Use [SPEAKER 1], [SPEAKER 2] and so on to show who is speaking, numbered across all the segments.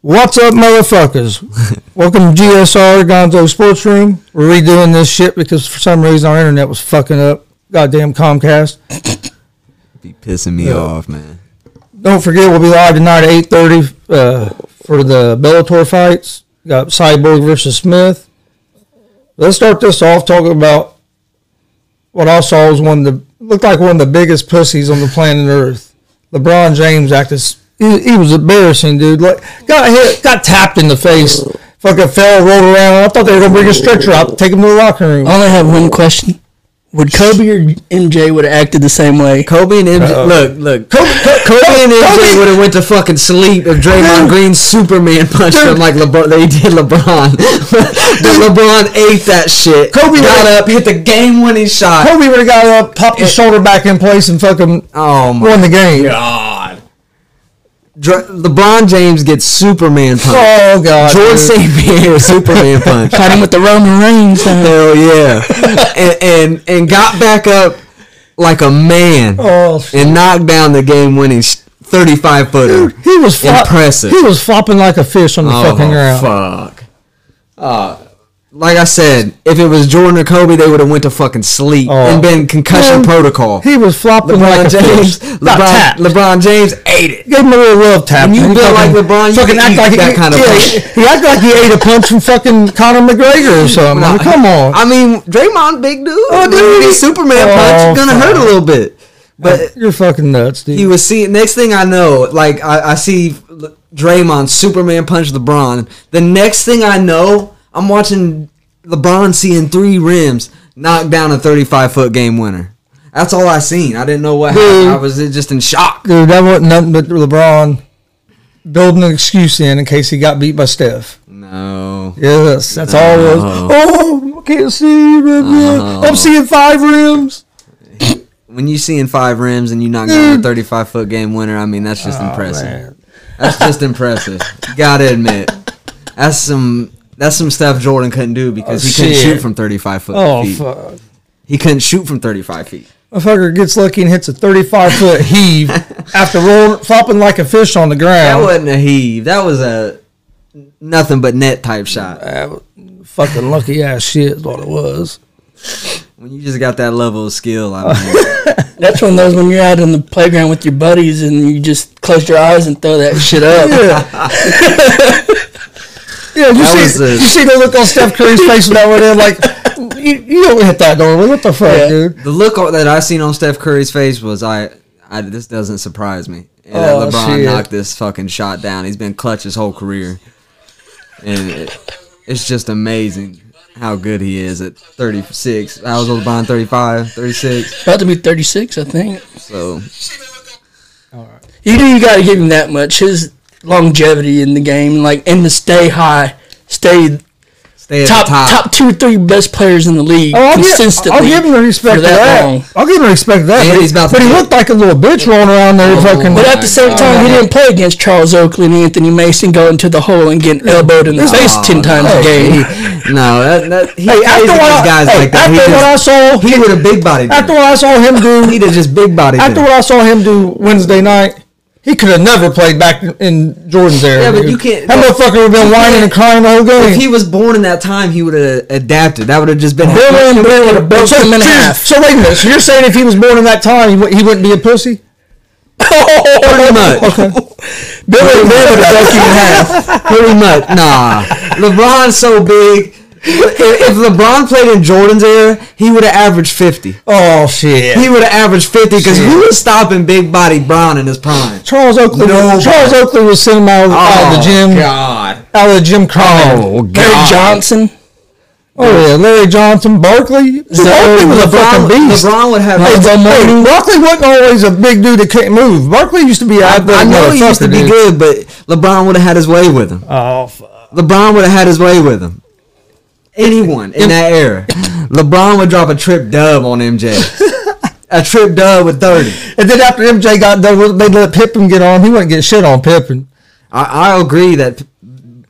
[SPEAKER 1] What's up, motherfuckers? Welcome to GSR Gonzo Sports Room. We're redoing this shit because for some reason our internet was fucking up. Goddamn Comcast.
[SPEAKER 2] Be pissing me off, man.
[SPEAKER 1] Don't forget, we'll be live tonight at eight thirty uh, for the Bellator fights. Got Cyborg versus Smith. Let's start this off talking about what I saw was one of the looked like one of the biggest pussies on the planet Earth. LeBron James acted. s- He, he was embarrassing, dude. Like got hit, got tapped in the face. Fucking fell, rolled around. I thought they were gonna bring a stretcher out, take him to the locker room.
[SPEAKER 3] I only have one question. Would Kobe or MJ would have acted the same way?
[SPEAKER 2] Kobe and MJ. Look, look. Kobe, and
[SPEAKER 1] Uh-huh. Kobe-
[SPEAKER 2] MJ would have went to fucking sleep if Draymond Green Superman punched him like LeBron. They did LeBron. But LeBron ate that shit.
[SPEAKER 1] Kobe
[SPEAKER 2] got
[SPEAKER 1] would've-
[SPEAKER 2] up, hit the game-winning shot.
[SPEAKER 1] Kobe would have got up, popped his shoulder back in place, and fucking
[SPEAKER 2] Oh my
[SPEAKER 1] won the game.
[SPEAKER 2] god. Dr- LeBron James gets Superman punch.
[SPEAKER 1] Oh god, dude.
[SPEAKER 2] George St. Pierre Superman punch.
[SPEAKER 3] Caught him with the Roman Reigns. huh?
[SPEAKER 2] Hell yeah. and, and and got back up like a man
[SPEAKER 1] Oh, shit.
[SPEAKER 2] and knocked down the game winning 35 footer.
[SPEAKER 1] he was flop-
[SPEAKER 2] Impressive.
[SPEAKER 1] He was flopping like a fish on the
[SPEAKER 2] Oh,
[SPEAKER 1] fucking ground.
[SPEAKER 2] fuck. Uh, like I said, if it was Jordan or Kobe, they would have went to fucking sleep
[SPEAKER 1] Oh.
[SPEAKER 2] and been concussion
[SPEAKER 1] Man,
[SPEAKER 2] protocol.
[SPEAKER 1] He was flopping like
[SPEAKER 2] LeBron
[SPEAKER 1] a
[SPEAKER 2] James,
[SPEAKER 1] fish. Got
[SPEAKER 2] LeBron,
[SPEAKER 1] tapped.
[SPEAKER 2] LeBron James ate it.
[SPEAKER 1] Gave him a little love tap.
[SPEAKER 2] When you
[SPEAKER 1] He
[SPEAKER 2] build like
[SPEAKER 1] fucking-
[SPEAKER 2] LeBron, you
[SPEAKER 1] fucking
[SPEAKER 2] can
[SPEAKER 1] act
[SPEAKER 2] eat
[SPEAKER 1] like he-
[SPEAKER 2] that kind of
[SPEAKER 1] yeah,
[SPEAKER 2] punch.
[SPEAKER 1] he- He acted like he ate a punch from fucking Conor McGregor or something. I mean, come on,
[SPEAKER 2] I mean, Draymond, big dude. Oh,
[SPEAKER 1] dude.
[SPEAKER 2] dude, he's Superman
[SPEAKER 1] Oh,
[SPEAKER 2] punch. Gonna
[SPEAKER 1] fuck.
[SPEAKER 2] hurt a little bit. But
[SPEAKER 1] you're fucking nuts, dude.
[SPEAKER 2] he was seeing. Next thing I know, like I, I see Draymond Superman punch LeBron. The next thing I know, I'm watching LeBron seeing three rims knock down a 35 foot game winner. That's all I seen. I didn't know
[SPEAKER 1] Hmm.
[SPEAKER 2] what happened. I was just in shock.
[SPEAKER 1] dude, that wasn't nothing but LeBron building an excuse in in case he got beat by Steph.
[SPEAKER 2] No.
[SPEAKER 1] Yes, that's
[SPEAKER 2] Uh-huh.
[SPEAKER 1] all it was.
[SPEAKER 2] No.
[SPEAKER 1] Oh, I can't see. blah, blah.
[SPEAKER 2] Uh-huh.
[SPEAKER 1] I'm seeing five rims.
[SPEAKER 2] When you seeing five rims and you knock down a 35 foot game winner, I mean that's just impressive.
[SPEAKER 1] Hmm. Oh, man.
[SPEAKER 2] That's just impressive. Gotta admit, that's some that's some stuff Jordan couldn't do because
[SPEAKER 1] Oh,
[SPEAKER 2] he couldn't
[SPEAKER 1] shit.
[SPEAKER 2] shoot from 35 foot
[SPEAKER 1] Oh,
[SPEAKER 2] feet.
[SPEAKER 1] fuck.
[SPEAKER 2] He couldn't shoot from 35 feet.
[SPEAKER 1] Motherfucker gets lucky and hits a 35 foot heave after roll, flopping like a fish on the
[SPEAKER 2] That
[SPEAKER 1] ground.
[SPEAKER 2] wasn't a heave. That was a nothing but net type shot.
[SPEAKER 1] That was fucking lucky ass shit is what it was.
[SPEAKER 2] When you just got that level of skill, I mean,
[SPEAKER 3] That's one of those when you're out in the playground with your buddies and you just close your eyes and throw that shit up.
[SPEAKER 1] Yeah. yeah, you
[SPEAKER 2] That was
[SPEAKER 1] see,
[SPEAKER 2] a-
[SPEAKER 1] you see the look on Steph Curry's face when that went in, like, you, you don't hit that door. What the fuck,
[SPEAKER 3] Yeah.
[SPEAKER 1] dude?
[SPEAKER 2] the look that I seen on Steph Curry's face was I, I this doesn't surprise me. And that
[SPEAKER 1] Oh,
[SPEAKER 2] LeBron
[SPEAKER 1] shit.
[SPEAKER 2] knocked this fucking shot down. He's been clutch his whole career, and it, it's just amazing how good he is at 36. I was LeBron 35, 36.
[SPEAKER 3] About to be 36, I think.
[SPEAKER 2] So
[SPEAKER 3] You do. You got to give him that much. His longevity in the game, like and to stay high, stay
[SPEAKER 2] stay at
[SPEAKER 3] top,
[SPEAKER 2] the top.
[SPEAKER 3] top two or three best players in the league
[SPEAKER 1] Oh, I'll, give,
[SPEAKER 3] consistently.
[SPEAKER 1] I'll give him the respect of
[SPEAKER 3] for
[SPEAKER 1] that.
[SPEAKER 3] long.
[SPEAKER 1] I'll give him the respect of that.
[SPEAKER 2] And
[SPEAKER 1] but
[SPEAKER 2] he's about to
[SPEAKER 1] but he
[SPEAKER 2] get-
[SPEAKER 1] looked like a little bitch rolling around there
[SPEAKER 2] Oh,
[SPEAKER 1] fucking.
[SPEAKER 3] But at the same
[SPEAKER 2] Oh,
[SPEAKER 3] time, he
[SPEAKER 2] yeah.
[SPEAKER 3] didn't play against Charles Oakley and Anthony Mason going to the hole and getting elbowed in the face ten times a game.
[SPEAKER 2] Oh, No, that, that, he
[SPEAKER 1] Hey,
[SPEAKER 2] plays
[SPEAKER 1] after what,
[SPEAKER 2] against
[SPEAKER 1] I,
[SPEAKER 2] guys
[SPEAKER 1] hey,
[SPEAKER 2] like that.
[SPEAKER 1] after
[SPEAKER 2] He
[SPEAKER 1] what I
[SPEAKER 2] just-
[SPEAKER 1] saw,
[SPEAKER 2] He would have big bodied.
[SPEAKER 1] after what I saw him do,
[SPEAKER 2] He'd have just big bodied.
[SPEAKER 1] After what I saw him do Wednesday night, he could have never played back in- in Jordan's era.
[SPEAKER 2] Yeah, but
[SPEAKER 1] dude.
[SPEAKER 2] you can't-
[SPEAKER 1] That
[SPEAKER 2] but-
[SPEAKER 1] motherfucker would have been
[SPEAKER 2] you
[SPEAKER 1] whining
[SPEAKER 2] can't-
[SPEAKER 1] and crying the whole
[SPEAKER 2] if
[SPEAKER 1] game.
[SPEAKER 2] he was born in that time, he would have adapted. That would have just been.
[SPEAKER 1] Bill and Bill would have broke
[SPEAKER 3] him in
[SPEAKER 1] so,
[SPEAKER 3] half.
[SPEAKER 1] So wait a minute. So you're saying if he was born in that time, he, wou- he wouldn't be a pussy? oh,
[SPEAKER 2] Pretty much.
[SPEAKER 3] Bill
[SPEAKER 2] Pretty much would have broke you in half. Pretty much. Nah. LeBron's so big. If if LeBron played in Jordan's era, he would have averaged fifty.
[SPEAKER 1] Oh shit.
[SPEAKER 2] He would have averaged fifty because who was stopping Big Body Brown in his prime?
[SPEAKER 1] Charles Oakley.
[SPEAKER 2] No.
[SPEAKER 1] Charles Oakley was sending him out, out of Oh, the gym.
[SPEAKER 2] Oh, God.
[SPEAKER 1] Out of the gym crying.
[SPEAKER 2] Oh God.
[SPEAKER 3] Barry Johnson.
[SPEAKER 1] Oh yeah, Larry Johnson, Barkley. Barkley was a
[SPEAKER 2] LeBron,
[SPEAKER 1] fucking beast.
[SPEAKER 2] LeBron would have.
[SPEAKER 1] Hey, hey, Barkley wasn't always a big dude that couldn't move. Barkley used to be an
[SPEAKER 2] I,
[SPEAKER 1] athletic
[SPEAKER 2] I know he used to
[SPEAKER 1] motherfucker,
[SPEAKER 2] be
[SPEAKER 1] dude.
[SPEAKER 2] good, but LeBron would have had his way with him.
[SPEAKER 1] Oh, fuck.
[SPEAKER 2] LeBron would have had his way with him. Anyone in that era, LeBron would drop a trip dub on MJ. a trip dub with thirty.
[SPEAKER 1] And then after MJ got done, with it, they let Pippen get on. He wasn't getting shit on Pippen.
[SPEAKER 2] I, I agree that P-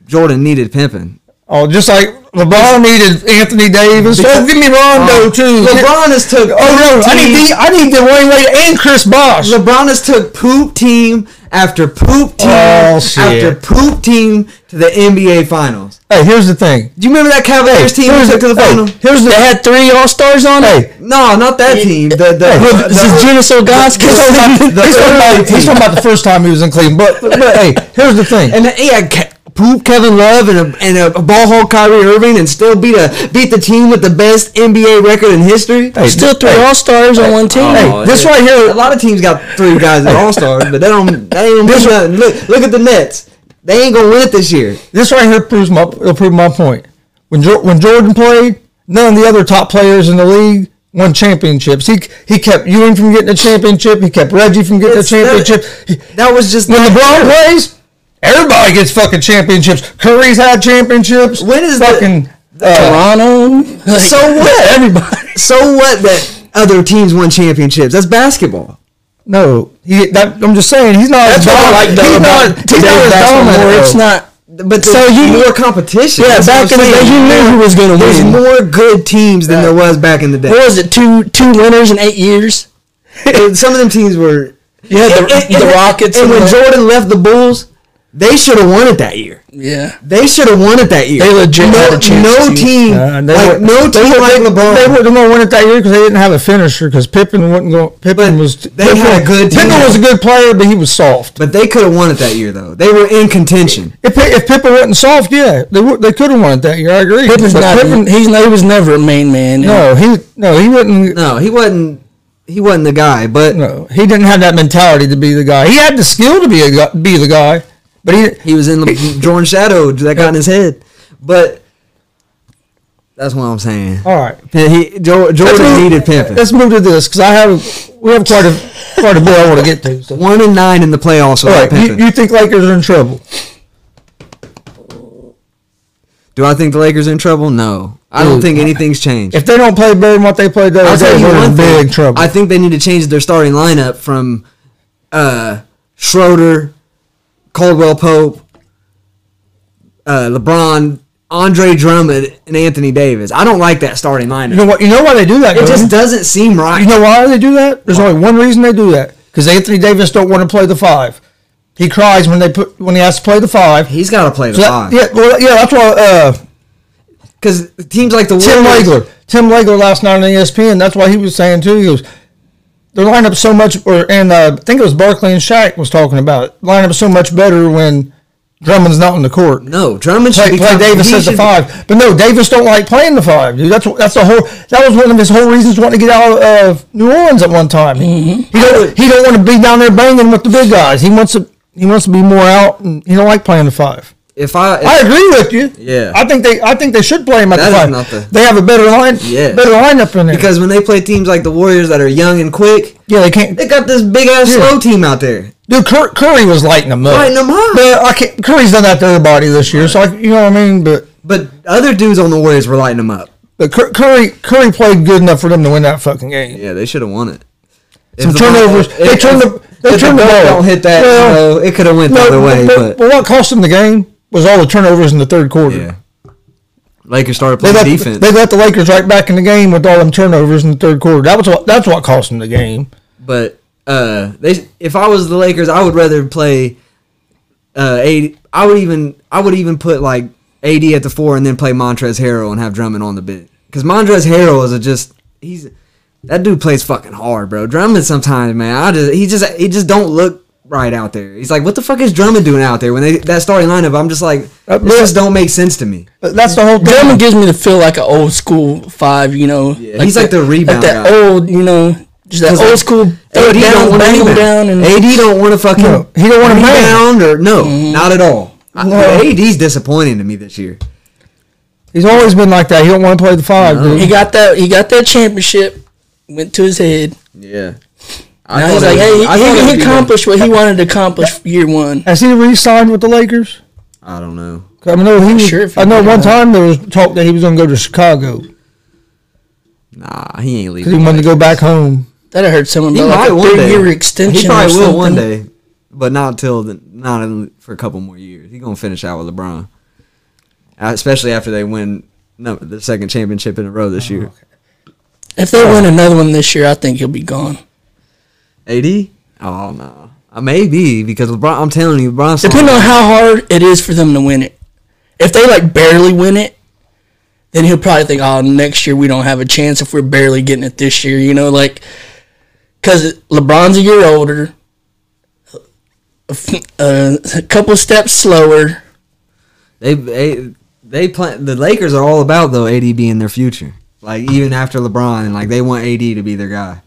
[SPEAKER 2] Jordan needed pimping.
[SPEAKER 1] Oh, just like LeBron needed Anthony Davis. oh, give me Rondo too.
[SPEAKER 2] Um, LeBron has took.
[SPEAKER 1] Oh no, I need the I need Dwayne Wade and Chris Bosh.
[SPEAKER 2] LeBron has took poop team after poop team
[SPEAKER 1] Oh, shit.
[SPEAKER 2] after poop team to the NBA Finals.
[SPEAKER 1] Hey, here's the thing.
[SPEAKER 2] Do you remember that Cavaliers team we
[SPEAKER 1] here's
[SPEAKER 2] took to the
[SPEAKER 1] hey,
[SPEAKER 2] final?
[SPEAKER 1] here's
[SPEAKER 3] They
[SPEAKER 1] the
[SPEAKER 3] had three All Stars on it.
[SPEAKER 1] hey.
[SPEAKER 2] No, not that team. The the,
[SPEAKER 1] Hey,
[SPEAKER 2] the-
[SPEAKER 3] This is Jonas
[SPEAKER 1] He's
[SPEAKER 3] Ogoskis.
[SPEAKER 1] talking, about, he's, talking about, he's talking about the first time he was in Cleveland, but, but hey, here's the thing.
[SPEAKER 2] and he had Ke- poop Kevin Love and a, and a ball hog Kyrie Irving and still beat a beat the team with the best NBA record in history.
[SPEAKER 1] Hey,
[SPEAKER 3] Still three
[SPEAKER 1] hey,
[SPEAKER 3] All Stars on one team.
[SPEAKER 1] hey,
[SPEAKER 2] Oh,
[SPEAKER 1] this
[SPEAKER 2] yeah.
[SPEAKER 1] right
[SPEAKER 2] A
[SPEAKER 1] here,
[SPEAKER 2] lot of teams got three guys that all stars, but they don't. They ain't gonna do nothing. Look, look at the Nets. They ain't gonna win it this year.
[SPEAKER 1] this right here proves my it'll prove my point. When jo- when Jordan played, none of the other top players in the league won championships. He he kept Ewing from getting a championship. He kept Reggie from getting
[SPEAKER 2] It's-
[SPEAKER 1] a
[SPEAKER 2] that-
[SPEAKER 1] championship. He-
[SPEAKER 2] That was just
[SPEAKER 1] when
[SPEAKER 2] not-
[SPEAKER 1] LeBron plays, everybody gets fucking championships. Curry's had championships.
[SPEAKER 2] When is the-
[SPEAKER 1] fucking uh,
[SPEAKER 3] Toronto. Like,
[SPEAKER 2] So what?
[SPEAKER 3] Everybody.
[SPEAKER 2] So what that other teams won championships? That's basketball.
[SPEAKER 1] no? He, that, I'm just saying he's not. as
[SPEAKER 3] That's what I
[SPEAKER 1] dominant.
[SPEAKER 3] like, though,
[SPEAKER 1] He's
[SPEAKER 3] about
[SPEAKER 1] not. He's not
[SPEAKER 3] today's
[SPEAKER 1] as
[SPEAKER 3] basketball.
[SPEAKER 1] dominant.
[SPEAKER 3] It's
[SPEAKER 1] though.
[SPEAKER 3] not.
[SPEAKER 2] But
[SPEAKER 3] So
[SPEAKER 2] there's
[SPEAKER 3] you-
[SPEAKER 2] more competition.
[SPEAKER 3] Yeah,
[SPEAKER 2] That's what I'm
[SPEAKER 3] back in the
[SPEAKER 2] saying.
[SPEAKER 3] day, you knew who was gonna
[SPEAKER 2] There's
[SPEAKER 3] win.
[SPEAKER 2] more good teams than there was back in the
[SPEAKER 3] What
[SPEAKER 2] day.
[SPEAKER 3] was it? Two two winners in eight years.
[SPEAKER 2] Some of them teams were.
[SPEAKER 3] Yeah, the,
[SPEAKER 2] And-
[SPEAKER 3] the
[SPEAKER 2] and-
[SPEAKER 3] Rockets.
[SPEAKER 2] And
[SPEAKER 3] and
[SPEAKER 2] when
[SPEAKER 3] the-
[SPEAKER 2] Jordan left the Bulls, they should have won it that year.
[SPEAKER 3] yeah.
[SPEAKER 2] They should have won it that year.
[SPEAKER 3] They legit
[SPEAKER 2] no,
[SPEAKER 3] had a chance
[SPEAKER 2] No
[SPEAKER 3] to.
[SPEAKER 2] team,
[SPEAKER 1] Uh, they
[SPEAKER 2] like
[SPEAKER 1] were-
[SPEAKER 2] no
[SPEAKER 1] they
[SPEAKER 2] team
[SPEAKER 1] were-
[SPEAKER 2] like
[SPEAKER 1] they-
[SPEAKER 2] LeBron.
[SPEAKER 1] They weren't going to win it that year because they didn't have a finisher. Because Pippen wasn't going. Pippen was.
[SPEAKER 2] they had
[SPEAKER 1] Pippen,
[SPEAKER 2] a good team.
[SPEAKER 1] Pippen was a good player, but he was soft.
[SPEAKER 2] but they could have won it that year, though. They were in contention.
[SPEAKER 1] If, Pi- if Pippen wasn't soft, yeah, they would. They could have won it that year. I agree.
[SPEAKER 3] Pippen's
[SPEAKER 1] But
[SPEAKER 3] not.
[SPEAKER 1] Pippen-
[SPEAKER 3] he's not, he was never a main man.
[SPEAKER 1] no, he no, he wouldn't.
[SPEAKER 2] No, he wasn't. He wasn't the guy, but
[SPEAKER 1] No, he didn't have that mentality to be the guy. He had the skill to be a gu- be the guy, but he
[SPEAKER 2] he was in the Jordan Shadow that got in his head. But that's what I'm saying.
[SPEAKER 1] all right.
[SPEAKER 2] Yeah, he Jo-
[SPEAKER 1] Let's
[SPEAKER 2] Jordan
[SPEAKER 1] move-
[SPEAKER 2] needed pimping.
[SPEAKER 1] Let's move to this because I have we have quite a quite a bit I want to get to. So.
[SPEAKER 2] One and nine in the playoffs
[SPEAKER 1] All
[SPEAKER 2] without
[SPEAKER 1] right, you,
[SPEAKER 2] pimping.
[SPEAKER 1] you think Lakers are in trouble?
[SPEAKER 2] Do I think the Lakers are in trouble? No, I don't
[SPEAKER 1] Dude.
[SPEAKER 2] think anything's changed.
[SPEAKER 1] If they don't play better than what they played the
[SPEAKER 2] I'll
[SPEAKER 1] other
[SPEAKER 2] tell
[SPEAKER 1] day,
[SPEAKER 2] you
[SPEAKER 1] we're in
[SPEAKER 2] one thing.
[SPEAKER 1] big trouble.
[SPEAKER 2] I think they need to change their starting lineup from uh, Schroeder, Caldwell Pope, uh, LeBron, Andre Drummond, and Anthony Davis. I don't like that starting
[SPEAKER 1] You know
[SPEAKER 2] lineup.
[SPEAKER 1] what? You know why they do that?
[SPEAKER 2] It
[SPEAKER 1] Gordon?
[SPEAKER 2] just doesn't seem
[SPEAKER 1] you
[SPEAKER 2] right.
[SPEAKER 1] know why they do that? There's only one reason they do that. Because Anthony Davis don't want to play the five. He cries when they put when he has to play the five.
[SPEAKER 2] He's got to play the
[SPEAKER 1] So that-
[SPEAKER 2] five
[SPEAKER 1] Yeah, well, yeah. That's why uh,
[SPEAKER 2] because teams like the
[SPEAKER 1] Tim
[SPEAKER 2] Warriors-
[SPEAKER 1] Legler. Tim Legler last night on E ESPN. That's why he was saying too. He goes, their lineup so much, or and uh, I think it was Barkley and Shaq was talking about it. Lineup so much better when Drummond's not on the court.
[SPEAKER 2] No, Drummond should
[SPEAKER 1] play,
[SPEAKER 2] be
[SPEAKER 1] play
[SPEAKER 2] coming-
[SPEAKER 1] Davis
[SPEAKER 2] he
[SPEAKER 1] as the
[SPEAKER 2] should-
[SPEAKER 1] five. But no, Davis don't like playing the five, dude. That's that's the whole. That was one of his whole reasons wanting to get out of New Orleans at one time.
[SPEAKER 2] Mm-hmm.
[SPEAKER 1] He don't he don't want to be down there banging with the big guys. He wants to he wants to be more out, and he don't like playing the five.
[SPEAKER 2] If I, if
[SPEAKER 1] I agree with you.
[SPEAKER 2] Yeah.
[SPEAKER 1] I think they I think they should play him at
[SPEAKER 2] That is
[SPEAKER 1] the
[SPEAKER 2] not
[SPEAKER 1] five.
[SPEAKER 2] the-
[SPEAKER 1] they have a better line.
[SPEAKER 2] Yes.
[SPEAKER 1] better lineup in there
[SPEAKER 2] because when they play teams like the Warriors that are young and quick,
[SPEAKER 1] yeah, they can't.
[SPEAKER 2] they got this big ass
[SPEAKER 1] Yeah.
[SPEAKER 2] slow team out there.
[SPEAKER 1] Dude, Cur- Curry was lighting them up.
[SPEAKER 2] Lighting 'em up.
[SPEAKER 1] But I can't, Curry's done that to everybody this year, so I, you know what I mean. But
[SPEAKER 2] But other dudes on the Warriors were lighting them up.
[SPEAKER 1] but Cur- Curry Curry played good enough for them to win that fucking game.
[SPEAKER 2] Yeah, they should have won it.
[SPEAKER 1] Some
[SPEAKER 2] If the ball-
[SPEAKER 1] turnovers. They
[SPEAKER 2] if-
[SPEAKER 1] turned the- they
[SPEAKER 2] if
[SPEAKER 1] turned the
[SPEAKER 2] ball
[SPEAKER 1] ball.
[SPEAKER 2] Don't hit that.
[SPEAKER 1] Well,
[SPEAKER 2] you know, it could have went the
[SPEAKER 1] No,
[SPEAKER 2] other way, but,
[SPEAKER 1] what cost them the game was all the turnovers in the third quarter.
[SPEAKER 2] yeah. Lakers started
[SPEAKER 1] They
[SPEAKER 2] playing
[SPEAKER 1] let,
[SPEAKER 2] defense.
[SPEAKER 1] they let the Lakers right back in the game with all them turnovers in the third quarter. That was what, that's what cost them the game.
[SPEAKER 2] but uh, they if I was the Lakers, I would rather play uh, AD, I would even I would even put like AD at the four and then play Montrez Harrell and have Drummond on the bench because Montrez Harrell is a just he's that dude plays fucking hard, bro. Drummond sometimes, man, I just he just he just don't look right out there. He's like, what the fuck is Drummond doing out there when they that starting lineup? I'm just like,
[SPEAKER 1] Uh,
[SPEAKER 2] this just don't make sense to me.
[SPEAKER 1] But that's the whole thing.
[SPEAKER 3] Drummond gives me the feel like an old school five, you know.
[SPEAKER 2] he's like the rebound
[SPEAKER 3] Like that
[SPEAKER 2] guy.
[SPEAKER 3] old, you know, just that
[SPEAKER 2] 'Cause,
[SPEAKER 3] old
[SPEAKER 2] like,
[SPEAKER 3] school throw
[SPEAKER 2] AD don't
[SPEAKER 3] it down,
[SPEAKER 2] want to
[SPEAKER 3] bang
[SPEAKER 2] rebound.
[SPEAKER 3] down, and
[SPEAKER 2] AD don't want to fucking.
[SPEAKER 1] No, he don't wanna
[SPEAKER 2] rebound or no,
[SPEAKER 3] Mm-hmm.
[SPEAKER 2] not at all. I-
[SPEAKER 1] No.
[SPEAKER 2] AD's disappointing to me this year.
[SPEAKER 1] He's always been like that. He don't want to play the five, dude.
[SPEAKER 3] he got that. He got that championship. Went to his head.
[SPEAKER 2] Yeah.
[SPEAKER 3] Now he's like, hey, he, he, he accomplished what he wanted to accomplish year one.
[SPEAKER 1] Has he re-signed with the Lakers?
[SPEAKER 2] I don't know.
[SPEAKER 1] 'Cause I know he was,
[SPEAKER 3] sure if he
[SPEAKER 1] I know
[SPEAKER 3] did.
[SPEAKER 2] uh,
[SPEAKER 1] one time there was talk that he was going to go to Chicago
[SPEAKER 2] Nah, he ain't
[SPEAKER 1] because he
[SPEAKER 2] leaving.
[SPEAKER 1] wanted to go back home.
[SPEAKER 3] That hurt someone.
[SPEAKER 2] He
[SPEAKER 3] He like
[SPEAKER 2] might
[SPEAKER 3] a
[SPEAKER 2] one
[SPEAKER 3] three
[SPEAKER 2] day.
[SPEAKER 3] year extension.
[SPEAKER 2] He probably
[SPEAKER 3] or
[SPEAKER 2] will one
[SPEAKER 3] something.
[SPEAKER 2] day, but not till the, not in, for a couple more years. He gonna finish out with LeBron. uh, especially after they win no, the second championship in a row
[SPEAKER 3] Oh,
[SPEAKER 2] this year.
[SPEAKER 3] If they win another one this year, I think he'll be gone.
[SPEAKER 2] AD? Oh no, I may be because LeBron. I'm telling you, LeBron.
[SPEAKER 3] Depending on how hard it is for them to win it. If they like barely win it, then he'll probably think, "Oh, next year we don't have a chance if we're barely getting it this year." You know, like because LeBron's a year older, a, f- uh, a couple steps slower.
[SPEAKER 2] They they they plan. The Lakers are all about though AD being their future. Like even after LeBron, like they want AD to be their guy.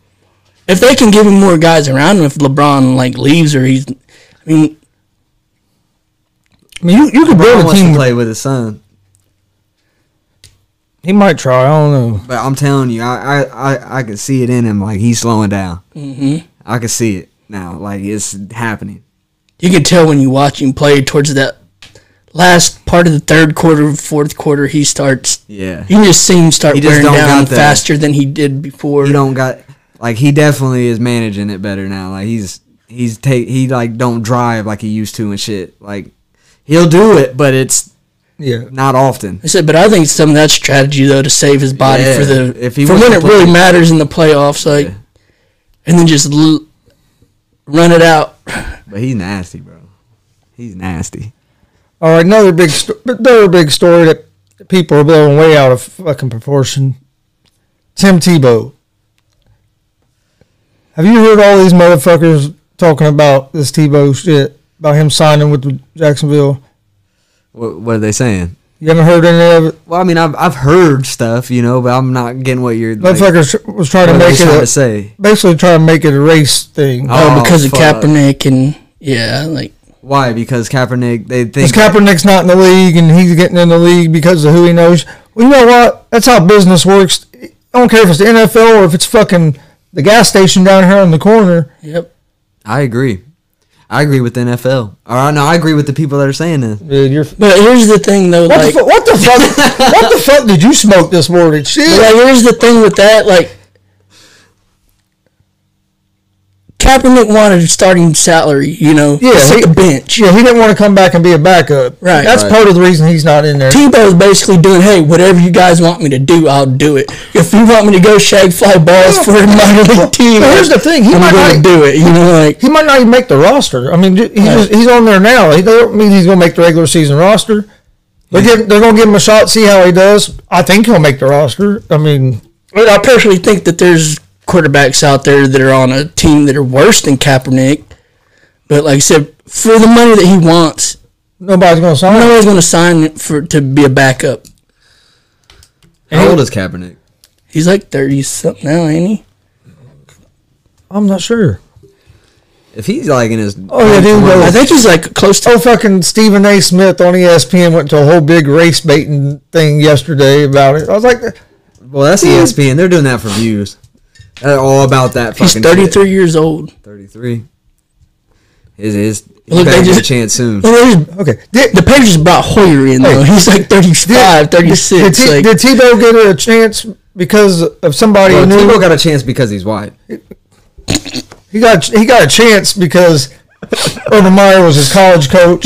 [SPEAKER 3] If they can give him more guys around him, if LeBron like leaves or he's, I mean,
[SPEAKER 1] I mean, you, you could
[SPEAKER 2] LeBron
[SPEAKER 1] build a
[SPEAKER 2] wants to
[SPEAKER 1] team.
[SPEAKER 2] play with his son,
[SPEAKER 1] He might try. I don't know.
[SPEAKER 2] but I'm telling you, I I I, I can see it in him. Like he's slowing down.
[SPEAKER 3] Mhm.
[SPEAKER 2] I can see it now. Like it's happening.
[SPEAKER 3] you can tell when you watch him play towards that last part of the third quarter, fourth quarter, he starts.
[SPEAKER 2] Yeah.
[SPEAKER 3] You can just see him start
[SPEAKER 2] He just
[SPEAKER 3] wearing
[SPEAKER 2] don't
[SPEAKER 3] down
[SPEAKER 2] got that.
[SPEAKER 3] faster than he did before.
[SPEAKER 2] he don't got like he definitely is managing it better now. Like he's he's take he like don't drive like he used to and shit. Like he'll do it, but it's
[SPEAKER 1] Yeah.
[SPEAKER 2] not often.
[SPEAKER 3] I said, but I think some of that strategy though to save his body
[SPEAKER 2] Yeah,
[SPEAKER 3] for the
[SPEAKER 2] if he
[SPEAKER 3] for
[SPEAKER 2] wants
[SPEAKER 3] when
[SPEAKER 2] to
[SPEAKER 3] it
[SPEAKER 2] play-
[SPEAKER 3] really matters in the playoffs, like,
[SPEAKER 2] Yeah.
[SPEAKER 3] and then just l- run it out.
[SPEAKER 2] But he's nasty, bro. He's nasty.
[SPEAKER 1] All right, another big, sto- another big story that people are blowing way out of fucking proportion. Tim Tebow. Have you heard all these motherfuckers talking about this Tebow shit about him signing with the Jacksonville?
[SPEAKER 2] What, what are they saying?
[SPEAKER 1] You haven't heard any of it.
[SPEAKER 2] Well, I mean, I've I've heard stuff, you know, but I'm not getting what you're like, what
[SPEAKER 1] Motherfuckers was trying to
[SPEAKER 2] are they
[SPEAKER 1] make it
[SPEAKER 2] trying
[SPEAKER 1] a,
[SPEAKER 2] to say.
[SPEAKER 1] basically trying to make it a race thing. Um,
[SPEAKER 3] Oh,
[SPEAKER 2] Oh,
[SPEAKER 3] because of
[SPEAKER 2] fuck.
[SPEAKER 3] Kaepernick and yeah, like
[SPEAKER 2] Why? Because Kaepernick, they think
[SPEAKER 1] Because Kaepernick's not in the league and he's getting in the league because of who he knows. Well, you know what? That's how business works. I don't care if it's the NFL or if it's fucking the gas station down here on the corner.
[SPEAKER 3] yep.
[SPEAKER 2] I agree. I agree with the NFL. Or no, I agree with the people that are saying this.
[SPEAKER 1] Dude, you're.
[SPEAKER 3] But here's the thing though,
[SPEAKER 1] What,
[SPEAKER 3] like,
[SPEAKER 1] the, fu- what the fuck? what the fuck did you smoke this morning?
[SPEAKER 3] but,
[SPEAKER 1] Shit.
[SPEAKER 3] like here's the thing with that, like. Kaepernick wanted a starting salary, you know,
[SPEAKER 1] Yeah,
[SPEAKER 3] sit
[SPEAKER 1] he-
[SPEAKER 3] the bench.
[SPEAKER 1] Yeah, he didn't want to come back and be a backup.
[SPEAKER 3] Right.
[SPEAKER 1] That's
[SPEAKER 2] Right.
[SPEAKER 1] part of the reason he's not in there.
[SPEAKER 3] Tebow's basically doing, hey, whatever you guys want me to do, I'll do it. If you want me to go shag fly balls for a minor league team,
[SPEAKER 1] But here's the thing, he
[SPEAKER 3] I'm
[SPEAKER 1] might
[SPEAKER 3] gonna
[SPEAKER 1] not-
[SPEAKER 3] do it. You know, like
[SPEAKER 1] He might not even make the roster. I mean, ju- he
[SPEAKER 3] Right.
[SPEAKER 1] just, he's on there now. He doesn't mean he's going to make the regular season roster. But give, they're going to give him a shot, see how he does. I think he'll make the roster. I mean,
[SPEAKER 3] I personally think that there's quarterbacks out there that are on a team that are worse than Kaepernick. But like I said, for the money that he wants,
[SPEAKER 1] nobody's going to sign him.
[SPEAKER 3] nobody's going to sign it for to be a backup.
[SPEAKER 2] How old is Kaepernick?
[SPEAKER 3] He's like thirty something now, ain't he?
[SPEAKER 1] I'm not sure.
[SPEAKER 2] If he's like in his
[SPEAKER 1] Oh, yeah, dude, well,
[SPEAKER 3] I think he's like close to.
[SPEAKER 1] Oh, fucking Stephen A. Smith on E ESPN went to a whole big race baiting thing yesterday about it. I was like,
[SPEAKER 2] Well, that's E ESPN. They're doing that for views. They're all about that.
[SPEAKER 3] He's
[SPEAKER 2] fucking
[SPEAKER 3] thirty
[SPEAKER 2] shit.
[SPEAKER 3] three years old.
[SPEAKER 2] 33. His is. Look,
[SPEAKER 3] Look, they
[SPEAKER 2] they
[SPEAKER 3] just-
[SPEAKER 2] a chance soon.
[SPEAKER 1] Oh, okay.
[SPEAKER 3] The, the Patriots brought Hoyer in though. He's like 35, 36.
[SPEAKER 1] Did, T-
[SPEAKER 3] like,
[SPEAKER 1] did Tebow get a chance because of somebody
[SPEAKER 2] Well,
[SPEAKER 1] who knew?
[SPEAKER 2] Tebow got a chance because he's white.
[SPEAKER 1] he got he got a chance because Urban Meyer was his college coach.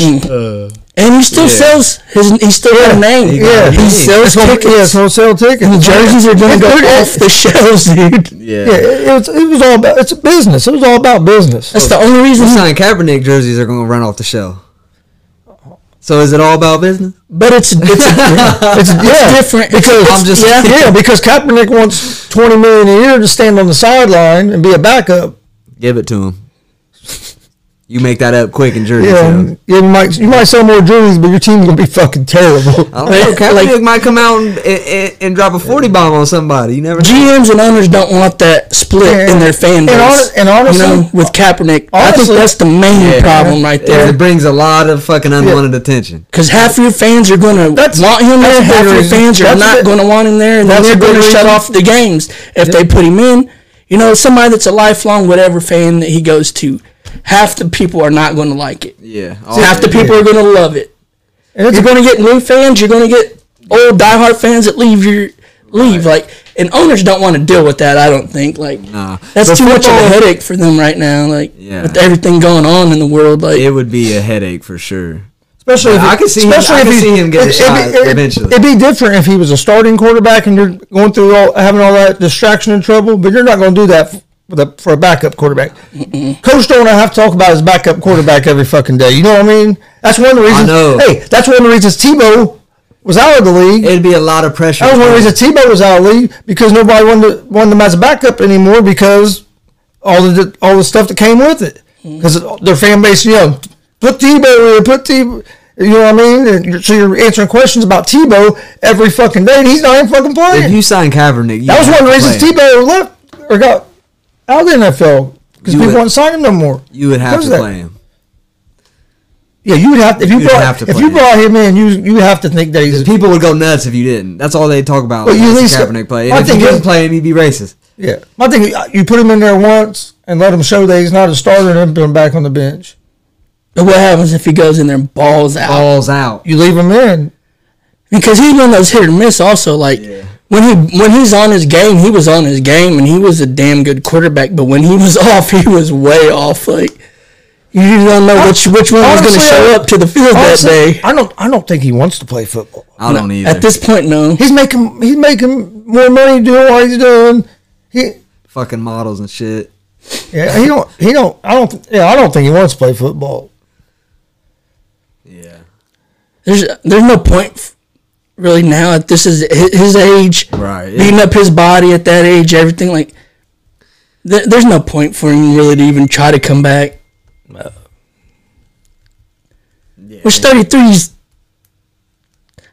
[SPEAKER 3] And he still
[SPEAKER 2] Yeah.
[SPEAKER 3] sells his. He still got a name.
[SPEAKER 1] Yeah.
[SPEAKER 3] he
[SPEAKER 2] Yeah.
[SPEAKER 3] sells
[SPEAKER 1] Well,
[SPEAKER 3] tickets.
[SPEAKER 1] Yeah, so sell tickets.
[SPEAKER 3] The jerseys are gonna go
[SPEAKER 1] Dude, it-
[SPEAKER 3] off the shelves, dude.
[SPEAKER 2] Yeah.
[SPEAKER 1] Yeah, it, it was, it was all about it's business. It was all about business.
[SPEAKER 3] That's the only reason.
[SPEAKER 2] Those
[SPEAKER 1] Mm-hmm.
[SPEAKER 2] signed Kaepernick jerseys are going to run off the shelf. So is it all about business?
[SPEAKER 3] But it's it's,
[SPEAKER 1] It's, yeah,
[SPEAKER 3] different
[SPEAKER 1] because
[SPEAKER 2] I'm just-
[SPEAKER 1] yeah, yeah, because Kaepernick wants twenty million a year to stand on the sideline and be a backup.
[SPEAKER 2] Give it to him. You make that up quick in jersey
[SPEAKER 1] Yeah,
[SPEAKER 2] sales.
[SPEAKER 1] and you might you might sell more jerseys, but your team's gonna be fucking terrible.
[SPEAKER 2] I don't know.
[SPEAKER 3] Like-
[SPEAKER 2] Kaepernick might come out and, and, and drop a 40 bomb on somebody. You never know.
[SPEAKER 3] GMs and owners don't want that split in their fan
[SPEAKER 1] And
[SPEAKER 3] base.
[SPEAKER 1] hon- and honestly-
[SPEAKER 3] you know, with Kaepernick, I think
[SPEAKER 1] honestly-
[SPEAKER 3] that's the main
[SPEAKER 2] Yeah.
[SPEAKER 3] problem right
[SPEAKER 2] It
[SPEAKER 3] there.
[SPEAKER 2] brings a lot of fucking unwanted attention.
[SPEAKER 3] Because half your fans are gonna
[SPEAKER 1] That's-
[SPEAKER 3] want him
[SPEAKER 1] that's
[SPEAKER 3] there,
[SPEAKER 1] a
[SPEAKER 3] half
[SPEAKER 1] big
[SPEAKER 3] your
[SPEAKER 1] reason.
[SPEAKER 3] fans are
[SPEAKER 1] That's a
[SPEAKER 3] not
[SPEAKER 1] big-
[SPEAKER 3] gonna want him there, and then
[SPEAKER 1] that's
[SPEAKER 3] they're
[SPEAKER 1] a big
[SPEAKER 3] gonna shut
[SPEAKER 1] reason.
[SPEAKER 3] off the games if they put him in. You know, somebody that's a lifelong whatever fan that he goes to, half the people are not gonna like it.
[SPEAKER 2] Yeah.
[SPEAKER 3] half the people are gonna love it.
[SPEAKER 1] And it's
[SPEAKER 3] you're going to get new fans. You're going to get old diehard fans that leave your leave. Like, and owners don't want to deal with that. I don't think. Like,
[SPEAKER 2] Nah.
[SPEAKER 3] that's
[SPEAKER 2] But
[SPEAKER 3] too much of a
[SPEAKER 2] football-
[SPEAKER 3] headache for them right now. Like,
[SPEAKER 2] Yeah.
[SPEAKER 3] with everything going on in the world, like,
[SPEAKER 2] It would be a headache for sure.
[SPEAKER 1] Especially,
[SPEAKER 2] Yeah,
[SPEAKER 1] if
[SPEAKER 2] I could see him-
[SPEAKER 1] Especially
[SPEAKER 2] I
[SPEAKER 1] if
[SPEAKER 2] could
[SPEAKER 1] he-
[SPEAKER 2] see him get a
[SPEAKER 1] it'd-
[SPEAKER 2] shot
[SPEAKER 1] it'd be- it'd-
[SPEAKER 2] eventually.
[SPEAKER 1] It'd be different if he was a starting quarterback and you're going through all having all that distraction and trouble, but you're not going to do that for, the, for a backup quarterback. Coach don't have to talk about his backup quarterback every fucking day. You know what I mean? That's one of the reasons.
[SPEAKER 2] know.
[SPEAKER 1] Hey, that's one of the reasons Tebow was out of the league.
[SPEAKER 2] It'd be a lot of pressure.
[SPEAKER 1] that was one of the reasons Tebow was out of the league because nobody wanted to, wanted him as a backup anymore because all the all the stuff that came with it because their fan base, you know, put Tebow, in, put Tebow. You know what I mean? And you're, so you're answering questions about Tebow every fucking day, and he's not even fucking playing.
[SPEAKER 2] If you sign Kaepernick, you
[SPEAKER 1] that was
[SPEAKER 2] have
[SPEAKER 1] one of the
[SPEAKER 2] to
[SPEAKER 1] reasons
[SPEAKER 2] play him.
[SPEAKER 1] Tebow left or got out of the NFL because
[SPEAKER 2] You
[SPEAKER 1] people
[SPEAKER 2] would-
[SPEAKER 1] wouldn't sign him no more.
[SPEAKER 2] You would have
[SPEAKER 1] Because
[SPEAKER 2] to
[SPEAKER 1] of that.
[SPEAKER 2] play him.
[SPEAKER 1] Yeah, you would have to, if you
[SPEAKER 2] You'd
[SPEAKER 1] brought
[SPEAKER 2] have to
[SPEAKER 1] if
[SPEAKER 2] play
[SPEAKER 1] you
[SPEAKER 2] him.
[SPEAKER 1] brought him in, you you have to think that he's
[SPEAKER 2] People would go nuts if you didn't. That's all they talk about.
[SPEAKER 1] Well,
[SPEAKER 2] Well,
[SPEAKER 1] you
[SPEAKER 2] you
[SPEAKER 1] at least-
[SPEAKER 2] Kaepernick play.
[SPEAKER 1] I
[SPEAKER 2] And if you
[SPEAKER 1] think
[SPEAKER 2] didn't
[SPEAKER 1] it-
[SPEAKER 2] play him, you'd be racist.
[SPEAKER 1] Yeah, my thing. is, uh, You put him in there once and let him show that he's not a starter, and then put him back on the bench.
[SPEAKER 3] But what happens if he goes in there and balls out?
[SPEAKER 2] Balls out.
[SPEAKER 1] You leave him in.
[SPEAKER 3] because he's one of those hit or miss. Also, like when he when he's on his game, he was on his game, and he was a damn good quarterback. But when he was off, he was way off. Like you just don't know which which one was going
[SPEAKER 1] Honestly,
[SPEAKER 3] to show up to the field
[SPEAKER 1] Honestly,
[SPEAKER 3] that day.
[SPEAKER 1] I don't. I don't think he wants to play football.
[SPEAKER 2] I don't either.
[SPEAKER 3] At this point, no.
[SPEAKER 1] He's making. He's making more money doing what he's doing. He.
[SPEAKER 2] fucking models and shit.
[SPEAKER 1] Yeah, he don't. He don't. I don't. th- Yeah, I don't think he wants to play football.
[SPEAKER 2] Yeah.
[SPEAKER 3] There's there's no point f- really now. At this is hi- his age,
[SPEAKER 2] Right, yeah.
[SPEAKER 3] Beating up his body at that age, everything like. th- There's no point for him really to even try to come back.
[SPEAKER 2] Yeah.
[SPEAKER 3] Which 33 is.